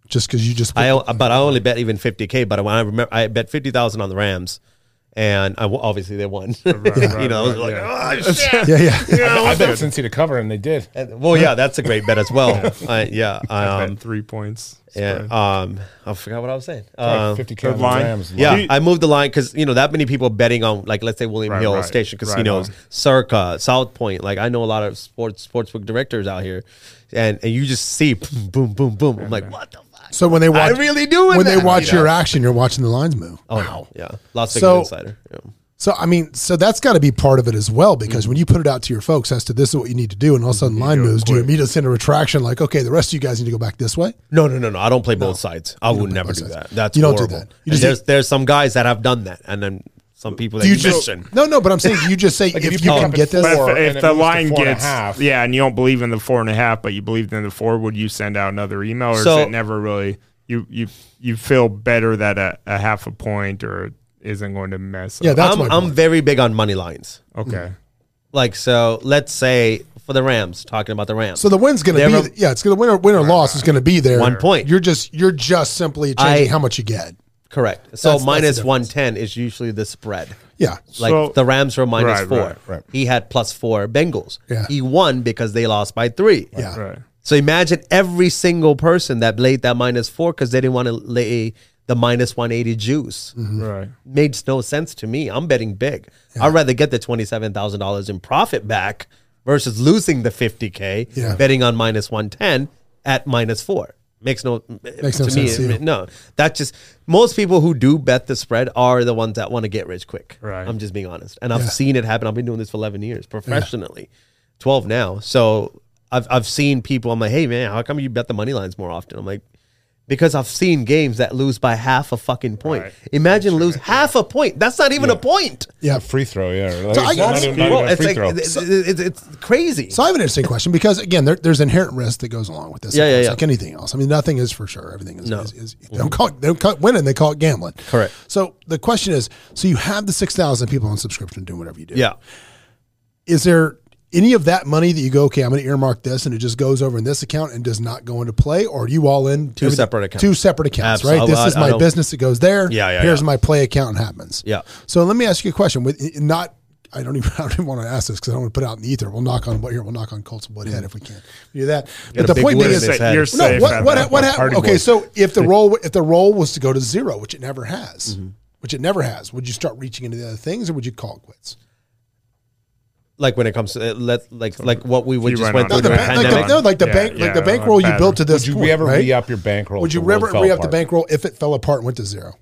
S3: just because you just? Put,
S6: I o- but I only bet even 50k. But when I remember, I bet 50,000 on the Rams, and I w- obviously they won. you know, I was like, oh shit.
S3: yeah, yeah.
S5: I bet Cincy to cover, and they did.
S6: And- well, yeah, that's a great bet as well. I, yeah,
S4: I
S6: um,
S4: bet three points.
S6: yeah.
S4: spread.
S6: Um, I forgot what I was saying. Um,
S5: Fifty k
S4: third
S5: on the
S4: line.
S5: Rams.
S6: Yeah,
S4: You-
S6: I moved the line because you know that many people betting on like let's say William
S4: Right,
S6: Hill
S4: right,
S6: Station
S4: right
S6: Casinos,
S4: on.
S6: Circa, South Point. Like I know a lot of sports sportsbook directors out here, and and you just see boom, boom, boom, boom. I'm like, what the fuck?
S3: So when they watch,
S6: really doing
S3: when they
S6: that,
S3: watch
S6: you know?
S3: your action, you're watching the lines move.
S6: Oh, wow. Yeah, Las Vegas
S3: So-
S6: Insider. Yeah.
S3: So I mean, so that's got to be part of it as well, because
S6: Mm-hmm.
S3: when you put it out to your folks as to this is what you need to do, and all of a sudden line moves, do you immediately send a retraction like, okay, the rest of you guys need to go back this way?
S6: No, no, no, no. I don't play both sides. I would never
S3: both
S6: do
S3: sides.
S6: that. That's
S3: You don't do
S6: horrible.
S3: that. You just-
S6: And there's there's some guys that have done that, and then some people that
S3: Do
S6: you,
S3: you just,
S6: mentioned.
S3: no, no, but I'm saying do you just say if,
S5: if
S3: you
S5: you pick
S3: can
S5: up
S3: get
S5: at
S3: this,
S5: four-
S4: But
S5: and
S4: if,
S5: it
S4: the
S5: moves to
S4: line
S5: four and a
S4: gets
S5: half.
S4: yeah, and you don't believe in the four and a half, but you believed in the four, would you send out another email, or
S6: So-
S4: is it never really you you you feel better that a, a half a point or isn't going to mess?
S3: yeah,
S4: up?
S3: that's
S6: I'm
S3: my
S6: I'm
S3: point.
S6: very big on money lines.
S4: okay.
S6: Like so, let's say for the Rams, talking about the Rams.
S3: So the win's going to be,
S6: Never-
S3: yeah, it's going to win or win or loss is going to be there.
S6: One point.
S3: You're just, you're just simply changing
S6: I-
S3: how much you get.
S6: Correct. So
S3: That's- that's
S6: minus
S3: the difference.
S6: 110 is usually the spread.
S3: Yeah.
S6: Like
S4: So-
S6: the Rams were minus
S4: Right,
S6: four.
S4: right,
S5: right.
S6: He had plus four Bengals.
S3: Yeah.
S6: He won because they lost by three.
S3: Yeah.
S4: Right.
S6: So imagine every single person that laid that minus four because they didn't want to lay the minus 180 juice.
S3: Mm-hmm.
S4: Right.
S6: Made no sense to me. I'm betting big. I'd rather get the $27,000 in profit back versus losing the 50K
S3: Yeah.
S6: betting on minus 110 at minus four. Makes no
S3: Makes no
S6: to me,
S3: sense to you.
S6: it- no, that just most people who do bet the spread are the ones that want to get rich quick.
S4: Right.
S6: I'm just being honest, and I've seen it happen. I've been doing this for 11 years professionally, 12 now. So I've I've seen people. I'm like, hey man, how come you bet the money lines more often? I'm like, because I've seen games that lose by half a fucking point. Imagine lose half a point. That's not even a point.
S3: Yeah.
S5: Free throw, yeah. Like,
S3: So I-
S5: it's not even- not
S6: Well,
S5: even a
S6: it's
S5: free
S6: like
S5: throw.
S6: it's, it's, it's crazy.
S3: So I have an interesting question because again, there, there's inherent risk that goes along with this.
S6: Yeah, yeah,
S3: It's
S6: yeah.
S3: Like anything else, I mean, nothing is for sure. Everything is.
S6: No.
S3: is, is- they don't call it, they don't call it winning. They call it gambling.
S6: Correct.
S3: So the question is: so you have the six thousand people on subscription doing whatever you do.
S6: Yeah.
S3: Is there any of that money that you go, okay, I'm going to earmark this, and it just goes over in this account and does not go into play, or are you all in
S6: Two
S3: everything-
S6: separate accounts.
S3: Two separate accounts,
S6: Absolutely.
S3: right? This
S6: I-
S3: is
S6: I
S3: my
S6: don't-
S3: business. It goes there.
S6: Yeah, yeah,
S3: Here's
S6: yeah.
S3: my play account, and happens.
S6: Yeah.
S3: So let me ask you a question. With not, I don't even, I don't even want to ask this because I don't want to put it out in the ether. We'll knock on what here. We'll knock on Colts wood head if we can do that. But
S6: Mm-hmm. a
S3: the
S6: big
S3: point
S6: wood
S3: being
S6: in
S3: is,
S6: his head.
S4: You're
S3: no,
S4: safe.
S3: what what
S4: at
S3: what
S4: that
S3: happened?
S4: party
S3: Okay,
S4: boy.
S3: so if the roll if the roll was to go to zero, which it never has,
S6: Mm-hmm.
S3: which it never has, would you start reaching into the other things, or would you call it quits?
S6: Like when it comes to uh, let like like what we would
S4: you
S6: just
S4: run
S6: went
S4: out
S6: through
S3: No, the,
S4: of
S6: during
S4: time.
S6: the
S3: bank, like
S6: pandemic.
S3: the, no, like the
S4: Yeah,
S3: bank, like the
S4: yeah,
S3: bankroll you
S4: bad.
S3: built to this.
S5: Would you
S3: point,
S5: ever
S3: right?
S5: re up your bankroll?
S3: Would
S5: if
S3: you
S5: the world
S3: ever
S5: fell
S3: re up the
S5: apart?
S3: bankroll if it fell apart and went to zero?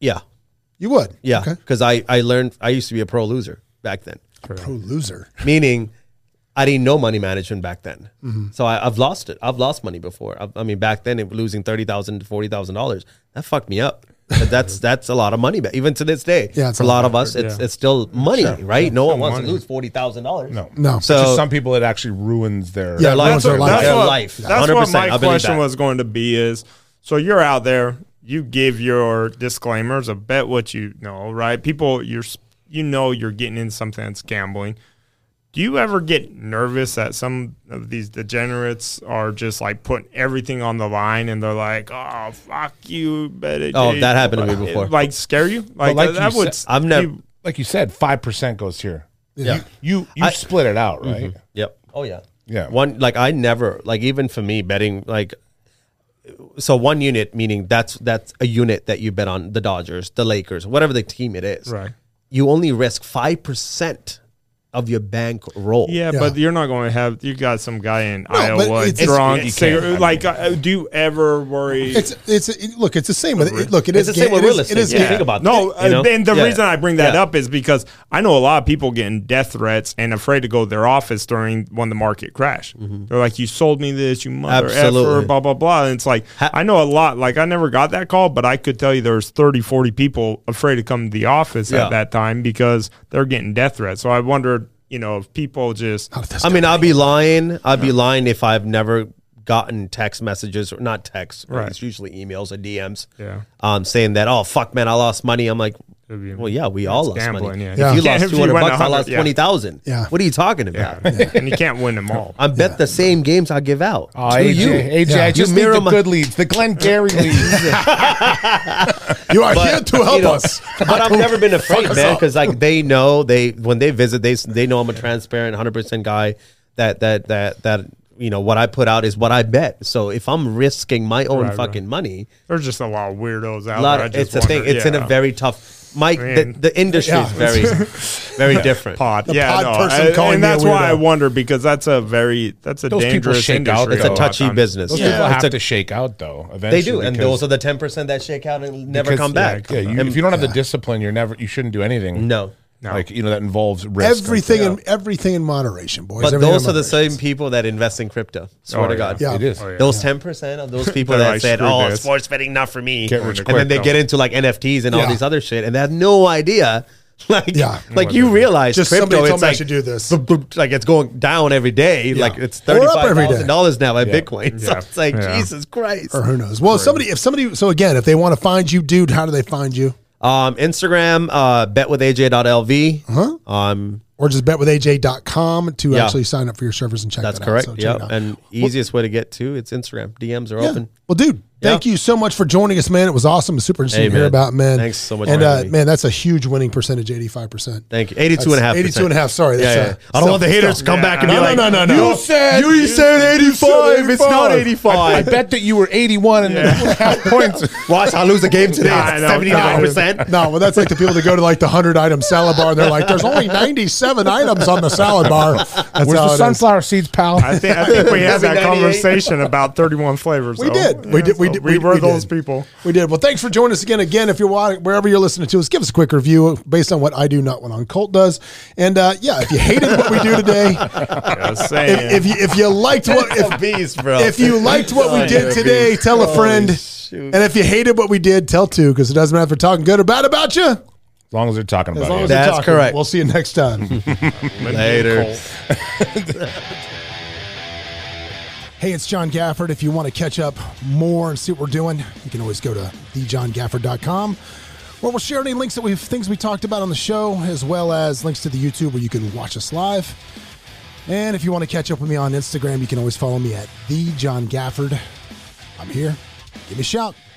S6: Yeah.
S3: You would,
S6: Yeah,
S3: Okay,
S6: because I I learned I used to be a pro loser back then,
S3: pro loser.
S6: meaning I didn't know money management back then. So I, I've lost it. I've lost money before. I, I mean, back then, it, losing thirty thousand to forty thousand dollars that fucked me up. But that's that's a lot of money. But even to this day,
S3: Yeah, it's
S6: for
S3: a
S6: a lot
S3: lot
S6: of us, it's it's still money, right? no one wants to lose forty thousand dollars.
S5: No.
S3: No,
S6: So
S5: To some people, it actually ruins their.
S3: Yeah,
S6: their life,
S3: ruins their
S6: their
S3: life.
S6: life,
S4: that's
S6: their
S4: what,
S6: life.
S4: That's what
S6: 100%, I
S4: my
S6: believe
S4: question
S6: that.
S4: was going to be is so you're out there, you give your disclaimers of bet what you know, right? People you're s- you know you're getting in something that's gambling. Do you ever get nervous that some of these degenerates are just like putting everything on the line and they're like, "Oh, fuck you, bet it."
S6: Oh,
S4: dude."
S6: that happened to me before.
S4: Like scare you? Like,
S5: like
S4: that
S5: you
S4: would
S5: said-
S6: I've never.
S4: you-
S5: Like you said, 5% goes here.
S6: yeah.
S5: You you
S6: I-
S5: split it out, right?
S6: Yep. Oh yeah.
S5: Yeah.
S6: One like I never like even for me betting like so one unit meaning that's that's a unit that you bet on the Dodgers, the Lakers, whatever the team it is.
S4: Right.
S6: You only risk five percent of your bank roll.
S4: Yeah,
S3: Yeah.
S4: but you're not going to have you got some guy in Iowa
S3: it's-
S4: drunk.
S5: It's-
S4: cigar-
S5: you can't.
S4: like, uh, do you ever worry?
S3: It's it's it- look. It's the same. with it, look, it
S6: It's
S3: is
S6: the same
S3: ga-
S6: with
S3: it
S6: real
S3: is- it
S6: estate.
S3: is
S6: Yeah.
S3: ga-
S6: Think about
S4: no,
S6: that, you
S4: uh,
S6: know?
S4: and the
S6: Yeah.
S4: reason I bring that
S6: Yeah.
S4: up is because I know a lot of people getting death threats and afraid to go to their office during when the market crash.
S6: Mm-hmm.
S4: They're like, "You sold me this, you mother
S6: Absolutely.
S4: effer," blah blah blah. And it's like
S6: Ha-
S4: I know a lot. Like I never got that call, but I could tell you there's 30, 40 people afraid to come to the office
S6: Yeah.
S4: at that time because they're getting death threats. So I wondered, you know, if people just
S3: Not at this
S6: I mean,
S3: time.
S6: I'll be lying. I'd be lying if I've never gotten text messages or not text.
S4: Right.
S6: It's usually emails or DMs.
S4: Yeah.
S6: Um, saying that, oh fuck, man, I lost money. I'm like,
S4: It'd be-
S6: well, yeah, we all lost
S4: gambling,
S6: money.
S4: yeah.
S6: If
S4: Yeah.
S6: you
S4: Yeah,
S6: lost
S4: if you
S6: 200
S4: went
S6: bucks, I
S4: 100,
S6: lost
S4: yeah.
S6: 20,000.
S3: Yeah.
S6: What are you talking about?
S4: and you can't win them all.
S6: I bet the same games I give out.
S5: Oh,
S6: to
S5: AJ,
S6: you.
S5: AJ,
S3: Yeah.
S5: I just
S6: You
S5: need
S6: mirror
S5: the
S6: my-
S5: good leads, the Glenn Gary leads.
S3: you are here to help
S6: you know,
S3: us.
S6: But I've never been afraid,
S3: us
S6: man,
S3: up.
S6: because like they know they when they visit, they they know I'm a transparent, hundred percent guy. That that that that you know what I put out is what I bet. So if I'm risking my own
S4: Right,
S6: fucking money,
S4: There's just a lot of weirdos out
S6: a lot.
S4: there. I
S6: Of,
S4: just
S6: it's a thing.
S4: wonder-
S6: It's in
S4: yeah.
S6: a very tough. Mike, the,
S4: Man.
S6: the industry is
S3: Yeah.
S6: very very different.
S4: pod.
S3: The
S4: yeah,
S3: pod
S4: no,
S3: person
S4: and-
S3: calling
S4: and
S3: me a
S4: that's why I
S3: weirdo.
S4: wonder because that's a very that's a
S5: Those people
S4: dangerous
S5: shake
S4: industry.
S5: out.
S6: It's a
S5: Yeah.
S4: lot
S6: touchy
S4: of times.
S6: business.
S5: Those
S6: Yeah.
S5: people have
S6: It's a-
S5: to shake out though. Eventually,
S6: they do, and
S5: because-
S6: those are the ten percent that shake out and never
S5: because-
S6: come back.
S5: Yeah, you,
S6: And-
S5: if you don't have the discipline, you're never. You shouldn't do anything.
S6: No.
S5: like you know that involves risk.
S3: Everything in everything in moderation, boys.
S6: but
S3: Everything in
S6: those are the
S3: moderation.
S6: same people that invest in crypto. Swear
S4: Oh,
S6: to
S4: yeah.
S6: God.
S3: Yeah.
S5: It is.
S4: Oh, yeah.
S6: Those ten percent of those people
S4: They're
S6: that
S4: like,
S6: said,
S4: "Screw
S6: "Oh,
S4: this."
S6: sports betting not for me,"
S5: Get rich
S6: and
S5: quick,
S6: then they
S4: though.
S6: get into like NFTs and
S3: Yeah.
S6: all these other shit, and they have no idea. Like,
S3: Yeah.
S6: like you realize
S3: Just somebody
S6: crypto,
S3: told
S6: it's
S3: me I
S6: like
S3: should do this.
S6: boop, boop, like it's going down every day. Like it's
S3: Or
S6: thirty
S3: up
S6: five
S3: every day.
S6: thousand dollars now by Bitcoin. So
S4: Yeah.
S6: it's like
S4: Yeah.
S6: Jesus Christ.
S3: Or who knows? Well, if somebody, if somebody, so again, if they want to find you, dude, how do they find you?
S6: Um, Instagram, uh, betwithaj.lv. Uh-huh. Um,
S3: Or just betwithaj.com to
S6: Yeah.
S3: actually sign up for your servers and check
S6: That's
S3: that
S6: correct.
S3: out. check
S6: Yeah.
S3: it out.
S6: And easiest way to get to it's Instagram. DMs are
S3: Yeah.
S6: open.
S3: Well, dude, thank you so much for joining us, man. It was awesome. Super interesting
S6: Hey,
S3: to hear
S6: man.
S3: about, man.
S6: Thanks so much
S3: And
S6: for
S3: uh,
S6: having me.
S3: man, that's a huge winning percentage, eighty-five percent.
S6: Thank you. 82 and a half.
S3: 82 and a half. Sorry,
S6: Yeah,
S3: that's,
S6: yeah.
S3: uh,
S6: I don't
S3: so-
S6: want the haters to come
S4: yeah.
S6: back and
S4: No,
S6: be
S4: no,
S6: like,
S3: no, no, no.
S6: You said, you said 85. It's not 85.
S5: I bet that you were 81 and
S4: Yeah.
S5: half points.
S6: Watch, I lose a game today.
S4: Yeah, I
S6: It's
S4: know.
S6: 79%.
S3: No, well, that's like the people that go to like the hundred item salad bar. and They're like, there's only ninety-seven items on the salad bar. That's
S5: Where's
S3: how it
S5: the
S3: is.
S5: sunflower seeds, pal?
S4: I think, I think we had
S6: Maybe
S4: that
S6: 98.
S4: conversation about 31 flavors.
S3: We
S4: though.
S3: did. We
S4: Yeah,
S3: did- we
S4: so
S3: did-
S4: We
S3: we-
S4: were
S3: we
S4: those
S3: did.
S4: people.
S3: We did. Well, thanks for joining us again. Again, if you're watching, wherever you're listening to us, give us a quick review based on what I do, not what on Colt does. And uh, yeah, if you hated what we do today,
S4: Just saying.
S3: if, if you if you liked what if,
S6: beast, bro.
S3: if you liked what we did today, tell a friend. And if you hated what we did, tell two because it doesn't matter if we're talking good or bad about you. As
S5: As long as they're talking about
S3: long
S5: it.
S3: as they're
S6: That's
S3: talking.
S6: correct.
S3: We'll see you next time.
S6: Later.
S3: Hey, it's John Gafford. If you want to catch up more and see what we're doing, you can always go to thejohngafford.com where we'll share any links that we've things we talked about on the show, as well as links to the YouTube where you can watch us live. And if you want to catch up with me on Instagram, you can always follow me at thejohngafford. I'm here. Give me a shout.